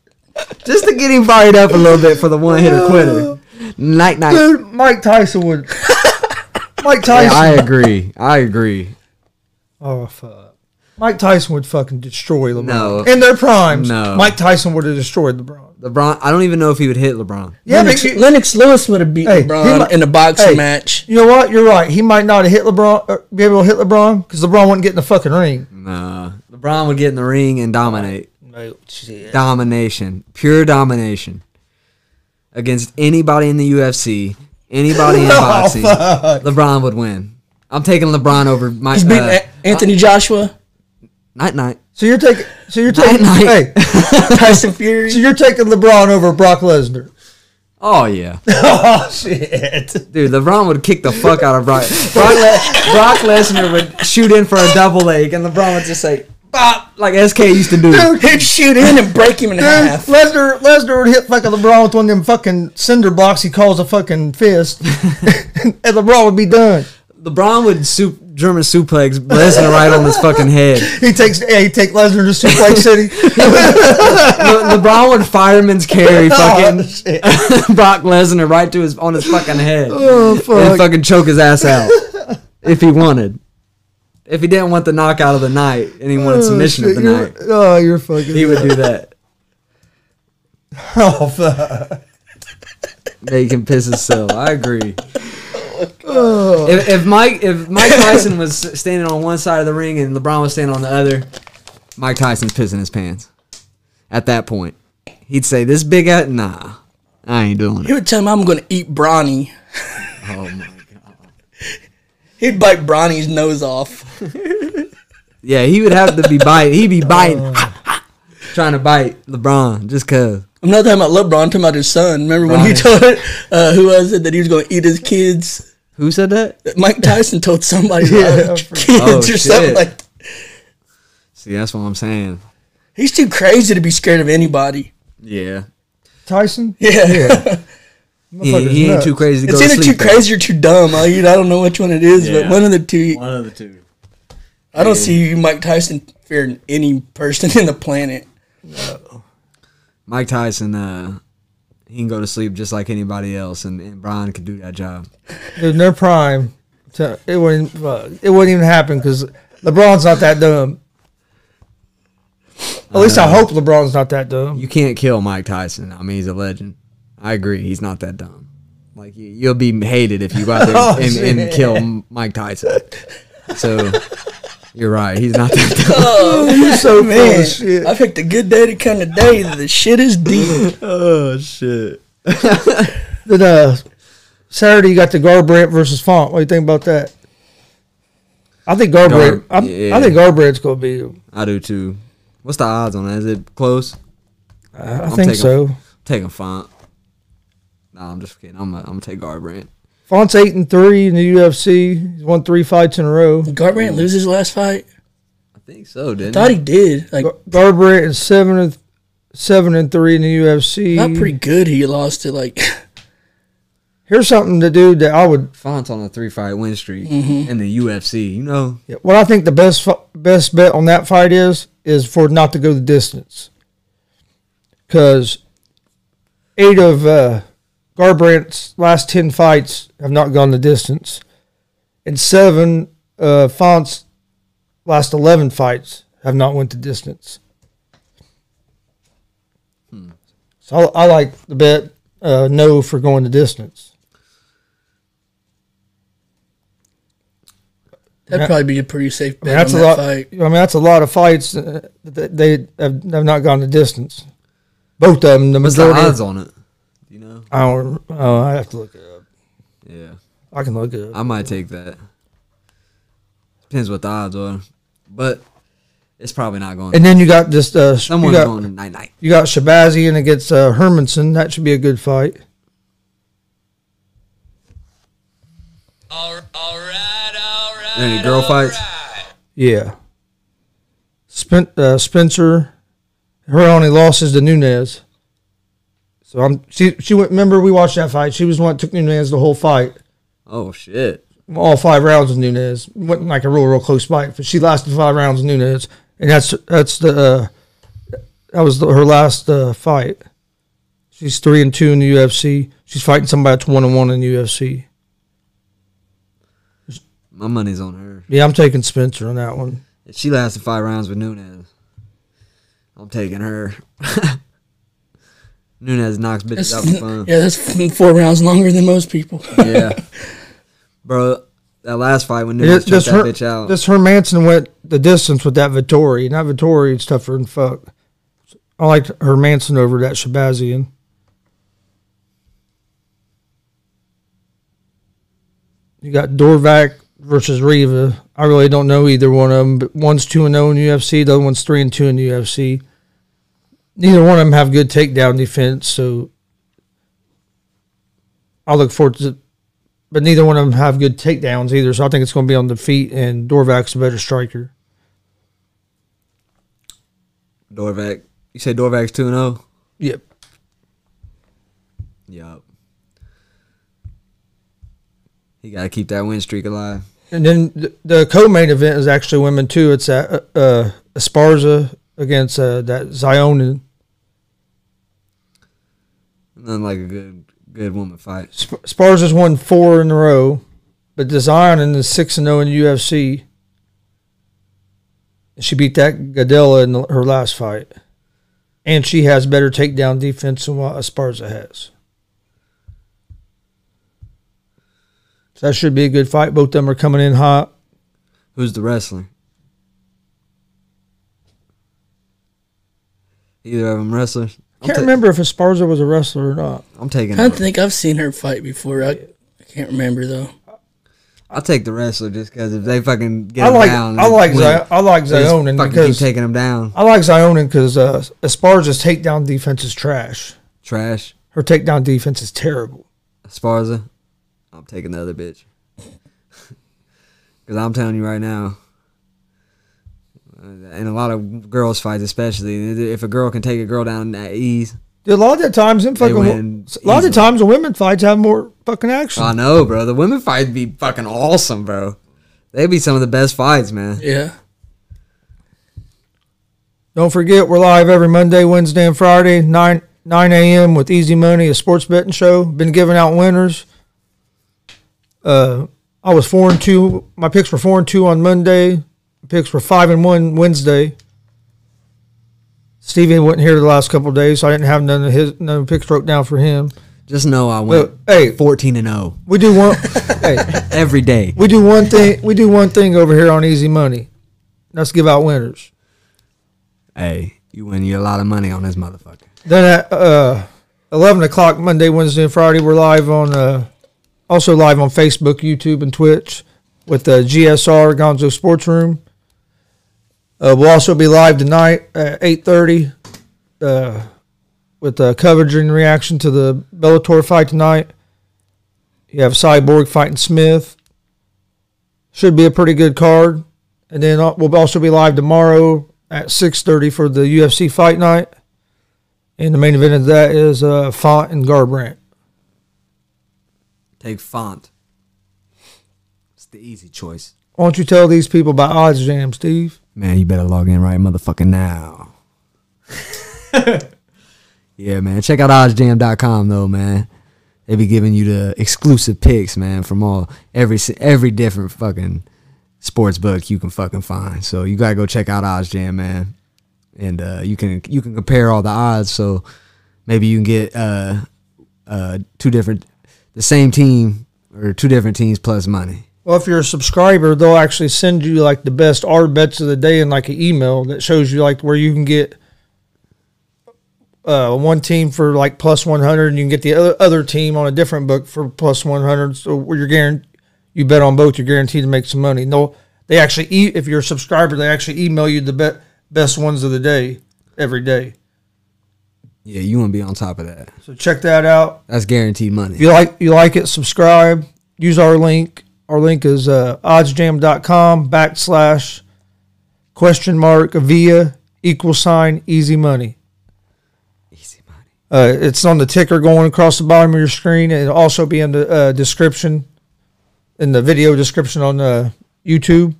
[SPEAKER 2] just to get him fired up a little bit for the one hitter quitter. Night night.
[SPEAKER 1] Dude, Mike Tyson would. Mike
[SPEAKER 2] Yeah,
[SPEAKER 1] Tyson.
[SPEAKER 2] I agree. I agree.
[SPEAKER 1] oh fuck. Mike Tyson would fucking destroy LeBron.
[SPEAKER 2] No.
[SPEAKER 1] In their primes,
[SPEAKER 2] No.
[SPEAKER 1] Mike Tyson would have destroyed LeBron.
[SPEAKER 2] LeBron. I don't even know if he would hit LeBron.
[SPEAKER 1] Yeah,
[SPEAKER 3] Lennox,
[SPEAKER 1] but you,
[SPEAKER 3] Lennox Lewis would have beat
[SPEAKER 1] Hey, he
[SPEAKER 3] LeBron
[SPEAKER 1] might-
[SPEAKER 3] in a boxing
[SPEAKER 1] hey.
[SPEAKER 3] match.
[SPEAKER 1] you know what? You're right. He might not have hit LeBron, or be able to hit LeBron, because LeBron wouldn't get in the fucking ring.
[SPEAKER 2] Nah. LeBron would get in the ring and dominate.
[SPEAKER 1] No shit.
[SPEAKER 2] Domination. Pure domination. Against anybody in the UFC, anybody in boxing, LeBron would win. I'm taking LeBron over my
[SPEAKER 3] He's beat
[SPEAKER 2] uh,
[SPEAKER 3] A- Anthony Joshua,
[SPEAKER 2] night night.
[SPEAKER 1] So you're taking. So you're taking.
[SPEAKER 2] Night, night.
[SPEAKER 1] hey.
[SPEAKER 3] Tyson Fury.
[SPEAKER 1] So you're taking LeBron over Brock Lesnar?
[SPEAKER 2] Oh yeah,
[SPEAKER 1] Oh shit!
[SPEAKER 2] dude, LeBron would kick the fuck out of Brock. Brock, Le- Brock Lesnar would shoot in for a double leg, and LeBron would just say, bop, like SK used to do.
[SPEAKER 3] He'd shoot in and break him in
[SPEAKER 1] Dude,
[SPEAKER 3] half.
[SPEAKER 1] Lesnar Lesnar would hit fucking LeBron with one of them fucking cinder blocks he calls a fucking fist, and LeBron would be done.
[SPEAKER 2] LeBron would soup, German suplex Lesnar right on his fucking head.
[SPEAKER 1] He takes yeah, he take Lesnar to Suplex City.
[SPEAKER 2] Le- LeBron would fireman's carry
[SPEAKER 1] Oh,
[SPEAKER 2] fucking
[SPEAKER 1] shit.
[SPEAKER 2] Brock Lesnar right to his on his fucking head
[SPEAKER 1] Oh,
[SPEAKER 2] and
[SPEAKER 1] fuck.
[SPEAKER 2] fucking choke his ass out if he wanted. If he didn't want the knockout of the night and he wanted submission
[SPEAKER 1] Oh, shit,
[SPEAKER 2] of the
[SPEAKER 1] you're,
[SPEAKER 2] night,
[SPEAKER 1] Oh, you're fucking.
[SPEAKER 2] he would do that.
[SPEAKER 1] oh, fuck.
[SPEAKER 2] They can piss himself. I agree.
[SPEAKER 1] Oh.
[SPEAKER 2] If, if Mike if Mike Tyson was standing on one side of the ring and LeBron was standing on the other, Mike Tyson's pissing his pants. At that point, he'd say, "This big ass, nah, I ain't doing
[SPEAKER 3] He
[SPEAKER 2] it."
[SPEAKER 3] would tell him I'm gonna eat Bronny.
[SPEAKER 2] Oh my.
[SPEAKER 3] He'd bite Bronny's nose off.
[SPEAKER 2] Yeah, he would have to be biting. He'd be biting, trying to bite LeBron just cause.
[SPEAKER 3] I'm not talking about LeBron, I'm talking about his son. Remember when he
[SPEAKER 2] Bronny.
[SPEAKER 3] told uh, who was it that he was gonna eat his kids?
[SPEAKER 2] Who said that?
[SPEAKER 3] Mike Tyson told somebody to
[SPEAKER 1] Yeah,
[SPEAKER 3] have
[SPEAKER 1] for-
[SPEAKER 3] kids
[SPEAKER 2] Oh,
[SPEAKER 3] or something
[SPEAKER 2] shit.
[SPEAKER 3] like that.
[SPEAKER 2] See, that's what I'm saying.
[SPEAKER 3] He's too crazy to be scared of anybody.
[SPEAKER 2] Yeah,
[SPEAKER 1] Tyson?
[SPEAKER 3] Yeah.
[SPEAKER 2] he, ain't-
[SPEAKER 1] Motherfucker's
[SPEAKER 2] he ain't
[SPEAKER 1] nuts.
[SPEAKER 2] too crazy to
[SPEAKER 3] It's
[SPEAKER 2] go to
[SPEAKER 3] either too
[SPEAKER 2] sleep. though.
[SPEAKER 3] crazy or too dumb. I, I don't know which one it is, but
[SPEAKER 2] Yeah.
[SPEAKER 3] one of the two.
[SPEAKER 2] One of the two.
[SPEAKER 3] I don't see Mike Tyson fearing any person in the planet.
[SPEAKER 2] Mike Tyson, uh, he can go to sleep just like anybody else, and, and Brian could do that job.
[SPEAKER 1] Dude, in their prime, to- it wouldn't fuck, it wouldn't even happen because LeBron's not that dumb. At least I hope LeBron's not that dumb.
[SPEAKER 2] Uh, You can't kill Mike Tyson. I mean, he's a legend. I agree. He's not that dumb. Like you, you'll be hated if you go out there
[SPEAKER 1] Oh,
[SPEAKER 2] and, and
[SPEAKER 1] shit.
[SPEAKER 2] kill M- Mike Tyson. So you're right. He's not that dumb.
[SPEAKER 1] You're so full
[SPEAKER 3] Man,
[SPEAKER 1] of shit.
[SPEAKER 3] I picked a good day to come today. The shit is deep.
[SPEAKER 2] oh shit.
[SPEAKER 1] Then, uh, Saturday you got the Garbrandt versus Font. What do you think about that? I think Garbrandt.
[SPEAKER 2] Garb-
[SPEAKER 1] I'm
[SPEAKER 2] yeah.
[SPEAKER 1] I think Garbrandt's gonna be.
[SPEAKER 2] I do too. What's the odds on that? Is it close?
[SPEAKER 1] I
[SPEAKER 2] I'm
[SPEAKER 1] think
[SPEAKER 2] taking-
[SPEAKER 1] so.
[SPEAKER 2] Taking font. Nah, I'm just kidding. I'm gonna I'm gonna take Garbrandt.
[SPEAKER 1] Font's eight and three in the UFC. He's won three fights in a row.
[SPEAKER 3] Garbrandt lose his last fight?
[SPEAKER 2] I think so, didn't
[SPEAKER 3] Thought
[SPEAKER 2] he?
[SPEAKER 3] he did. Like,
[SPEAKER 1] Gar- Garbrandt is seven and seven and three in the UFC.
[SPEAKER 3] not pretty good. He lost it. Like,
[SPEAKER 1] Here's something to do that I would.
[SPEAKER 2] Font's on a three fight win streak in the UFC. You know,
[SPEAKER 1] What I think the best fi- best bet on that fight is is for it not to go the distance, because eight of uh, Garbrandt's last ten fights have not gone the distance, and seven uh, Font's last eleven fights have not went the distance. So I, I like the bet uh, no for going the distance.
[SPEAKER 3] that'd probably be a pretty safe
[SPEAKER 1] I mean,
[SPEAKER 3] bet
[SPEAKER 1] that's
[SPEAKER 3] on
[SPEAKER 1] a
[SPEAKER 3] that
[SPEAKER 1] lot.
[SPEAKER 3] fight.
[SPEAKER 1] I mean, that's a lot of fights uh, that they have, have not gone the distance. Both of them, the
[SPEAKER 2] what's the
[SPEAKER 1] majority.
[SPEAKER 2] odds on it? You know,
[SPEAKER 1] I don't. Oh, I have to look it up.
[SPEAKER 2] yeah,
[SPEAKER 1] I can look it up.
[SPEAKER 2] I might take that. Depends what the odds are, but it's probably not going.
[SPEAKER 1] And then you got just uh, sh- you
[SPEAKER 2] Someone's
[SPEAKER 1] got
[SPEAKER 2] going to night night.
[SPEAKER 1] you got Shabazian against uh, Hermanson. That should be a good fight.
[SPEAKER 2] Any girl fights?
[SPEAKER 1] Yeah. Spen- uh, Spencer, her only loss is to Nunez. So I'm she she went. Remember we watched that fight. She was the one that took Nunez the whole fight.
[SPEAKER 2] Oh shit!
[SPEAKER 1] all five rounds with Nunez. wasn't like a real, real close fight, but she lasted five rounds with Nunez, and that's that's the uh, that was the, her last uh, fight. She's three and two in the UFC. She's fighting somebody that's one and one in the UFC.
[SPEAKER 2] My money's on her.
[SPEAKER 1] Yeah, I'm taking Spencer on that one.
[SPEAKER 2] If she lasted five rounds with Nunez, I'm taking her. Nunez knocks bitches out
[SPEAKER 3] That's-
[SPEAKER 2] for fun.
[SPEAKER 3] yeah, that's four rounds longer than most people.
[SPEAKER 2] yeah. Bro, that last fight when
[SPEAKER 1] This,
[SPEAKER 2] Nunez
[SPEAKER 1] this,
[SPEAKER 2] choked that
[SPEAKER 1] her,
[SPEAKER 2] bitch out.
[SPEAKER 1] this Hermanson went the distance with that Vittori, and that Vittori is tougher than fuck. I liked Hermanson over that Shabazian. You got Dorvac versus Riva. I really don't know either one of them, but one's two and zero in UFC, the other one's three and two in UFC. Neither one of them have good takedown defense, so I look forward to. But neither one of them have good takedowns either, so I think it's going to be on the feet. And Dorvac's a better striker.
[SPEAKER 2] Dorvac. You say Dorvac's 2 0?
[SPEAKER 1] Yep.
[SPEAKER 2] oh? Yup. He got to keep that win streak alive.
[SPEAKER 1] And then the, the co-main event is actually women too. It's at, uh, uh, Esparza against uh, that Zionin.
[SPEAKER 2] Nothing like a good good woman fight.
[SPEAKER 1] Sp- Esparza's won four in a row, but the Zionin is six and zero in the UFC. She beat that Gadella in her last fight, and she has better takedown defense than what Esparza has. So that should be a good fight. Both of them are coming in hot.
[SPEAKER 2] Who's the wrestler? Either of them wrestlers. I'm
[SPEAKER 1] Can't
[SPEAKER 2] ta-
[SPEAKER 1] remember if Esparza was a wrestler or not.
[SPEAKER 2] I'm taking.
[SPEAKER 3] I don't
[SPEAKER 2] The,
[SPEAKER 3] think I've seen her fight before. I, I can't remember though.
[SPEAKER 2] I'll take the wrestler just because if they fucking get
[SPEAKER 1] I
[SPEAKER 2] him
[SPEAKER 1] like
[SPEAKER 2] down,
[SPEAKER 1] I like
[SPEAKER 2] win,
[SPEAKER 1] Zion, I like
[SPEAKER 2] they just
[SPEAKER 1] Zionin
[SPEAKER 2] fucking
[SPEAKER 1] because
[SPEAKER 2] keep taking him down.
[SPEAKER 1] I like Zionin because uh, Esparza's takedown defense is trash.
[SPEAKER 2] Trash
[SPEAKER 1] Her takedown defense is terrible.
[SPEAKER 2] Sparza. I'm taking the other bitch. Because I'm telling you right now, uh, in a lot of girls' fights, especially if a girl can take a girl down at ease,
[SPEAKER 1] Dude, a lot of the times, them fucking
[SPEAKER 2] win
[SPEAKER 1] a lot of the
[SPEAKER 2] easily.
[SPEAKER 1] times, the women fights have more fucking action.
[SPEAKER 2] I know, bro. The women fight be fucking awesome, bro. They'd be some of the best fights, man.
[SPEAKER 3] Yeah.
[SPEAKER 1] Don't forget, we're live every Monday, Wednesday, and Friday, nine nine a.m. with Easy Money, a sports betting show. Been giving out winners. Uh, I was four and two. My picks were four and two on Monday. My picks were five and one Wednesday. Stevie wasn't here the last couple of days, so I didn't have none of his none of the picks wrote down for him.
[SPEAKER 2] Just know I went
[SPEAKER 1] But hey,
[SPEAKER 2] 14 and 0
[SPEAKER 1] we do one. hey,
[SPEAKER 2] every day.
[SPEAKER 1] We do one thing. We do one thing over here on Easy Money. Let's give out winners.
[SPEAKER 2] Hey, you win you a lot of money on this motherfucker.
[SPEAKER 1] Then at uh, eleven o'clock Monday, Wednesday, and Friday, we're live on uh, also live on Facebook, YouTube, and Twitch with the GSR Gonzo Sports Room. Uh, we'll also be live tonight at eight thirty uh, with the coverage and reaction to the Bellator fight tonight. You have Cyborg fighting Smith. Should be a pretty good card. And then uh, we'll also be live tomorrow at six thirty for the UFC fight night. And the main event of that is uh, Font and Garbrandt.
[SPEAKER 2] Take font. It's the easy choice.
[SPEAKER 1] Why don't you tell these people about Odds Jam, Steve?
[SPEAKER 2] Man, you better log in right motherfucking now. yeah, man. Check out oddsjam.com though, man. They be giving you the exclusive picks, man, from all every si- every different fucking sports book you can fucking find. So you gotta go check out OddsJam, man. And uh, you can you can compare all the odds. So maybe you can get uh, uh, two different, the same team or two different teams plus money.
[SPEAKER 1] Well, if you're a subscriber, they'll actually send you like the best R bets of the day in like an email that shows you like where you can get uh, one team for like plus 100 and you can get the other, other team on a different book for plus 100. So where you're guaranteed, you bet on both, you're guaranteed to make some money. No, they actually, e- if you're a subscriber, they actually email you the be- best ones of the day every day.
[SPEAKER 2] Yeah, you wanna be on top of that.
[SPEAKER 1] So check that out.
[SPEAKER 2] That's guaranteed money.
[SPEAKER 1] If you like you like it, subscribe. Use our link. Our link is uh, oddsjam.com backslash question mark via equal sign easy money.
[SPEAKER 2] Easy money.
[SPEAKER 1] Uh, it's on the ticker going across the bottom of your screen. It'll also be in the uh, description, in the video description on uh, YouTube.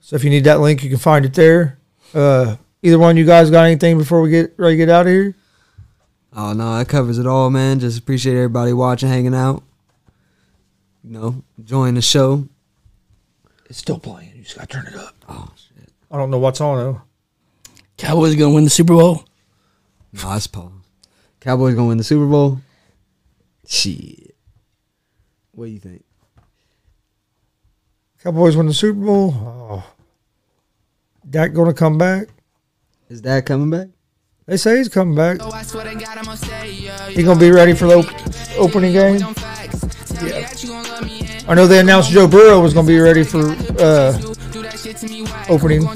[SPEAKER 1] So if you need that link, you can find it there. Uh, either one of you guys got anything before we get ready to get out of here?
[SPEAKER 2] Oh no, that covers it all, man. Just appreciate everybody watching, hanging out. You know, enjoying the show.
[SPEAKER 1] It's still playing. You just got to turn it up.
[SPEAKER 2] Oh shit.
[SPEAKER 1] I don't know what's on though.
[SPEAKER 3] Cowboys gonna win the Super Bowl.
[SPEAKER 2] No, that's Paul. Cowboys gonna win the Super Bowl. Shit. What do you think?
[SPEAKER 1] Cowboys win the Super Bowl. Oh. Dak going to come back?
[SPEAKER 2] Is that coming back?
[SPEAKER 1] They say he's coming back.
[SPEAKER 4] Oh, I swear to God, I'm gonna stay. Yeah,
[SPEAKER 1] He going to be ready for the op- opening game.
[SPEAKER 4] yeah. That you gonna love me and
[SPEAKER 1] I know they announced Joe Burrow was going to be ready for uh,
[SPEAKER 4] do that shit to me. Why?
[SPEAKER 1] opening.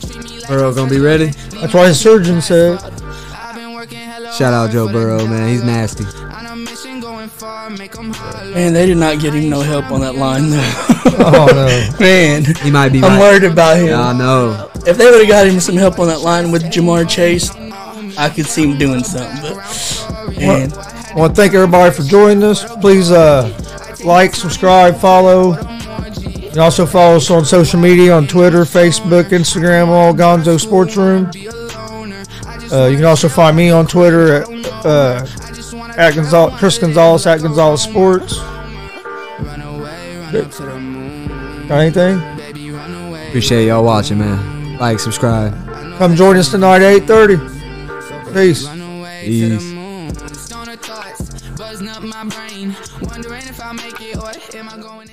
[SPEAKER 2] Burrow gonna be ready.
[SPEAKER 1] That's why his surgeon said.
[SPEAKER 4] I've been working hella
[SPEAKER 2] Shout out
[SPEAKER 4] hard
[SPEAKER 2] Joe
[SPEAKER 4] for the
[SPEAKER 2] Burrow,
[SPEAKER 4] dollar.
[SPEAKER 2] man. He's nasty.
[SPEAKER 4] On a mission going far, make 'em holler.
[SPEAKER 3] Man, they did not get him no help on that line though.
[SPEAKER 1] Oh, no.
[SPEAKER 3] Man,
[SPEAKER 2] He might be.
[SPEAKER 3] I'm
[SPEAKER 2] right.
[SPEAKER 3] worried about him.
[SPEAKER 2] Yeah, I know.
[SPEAKER 3] If they would have got him some help on that line with Jamar Chase, I could see him doing something. But man,
[SPEAKER 1] I want to thank everybody for joining us. Please uh, like, subscribe, follow, and also follow us on social media on Twitter, Facebook, Instagram, all Gonzo Sports Room. Uh, you can also find me on Twitter at, uh, at Gonzal- Chris Gonzalez at Gonzalez Sports. Got anything?
[SPEAKER 2] Appreciate y'all watching, man. Like, subscribe.
[SPEAKER 1] Come join us tonight at 8.30. Peace.
[SPEAKER 2] Peace.
[SPEAKER 4] Stoner thoughts buzzing up my brain, wondering if I make it or am I going.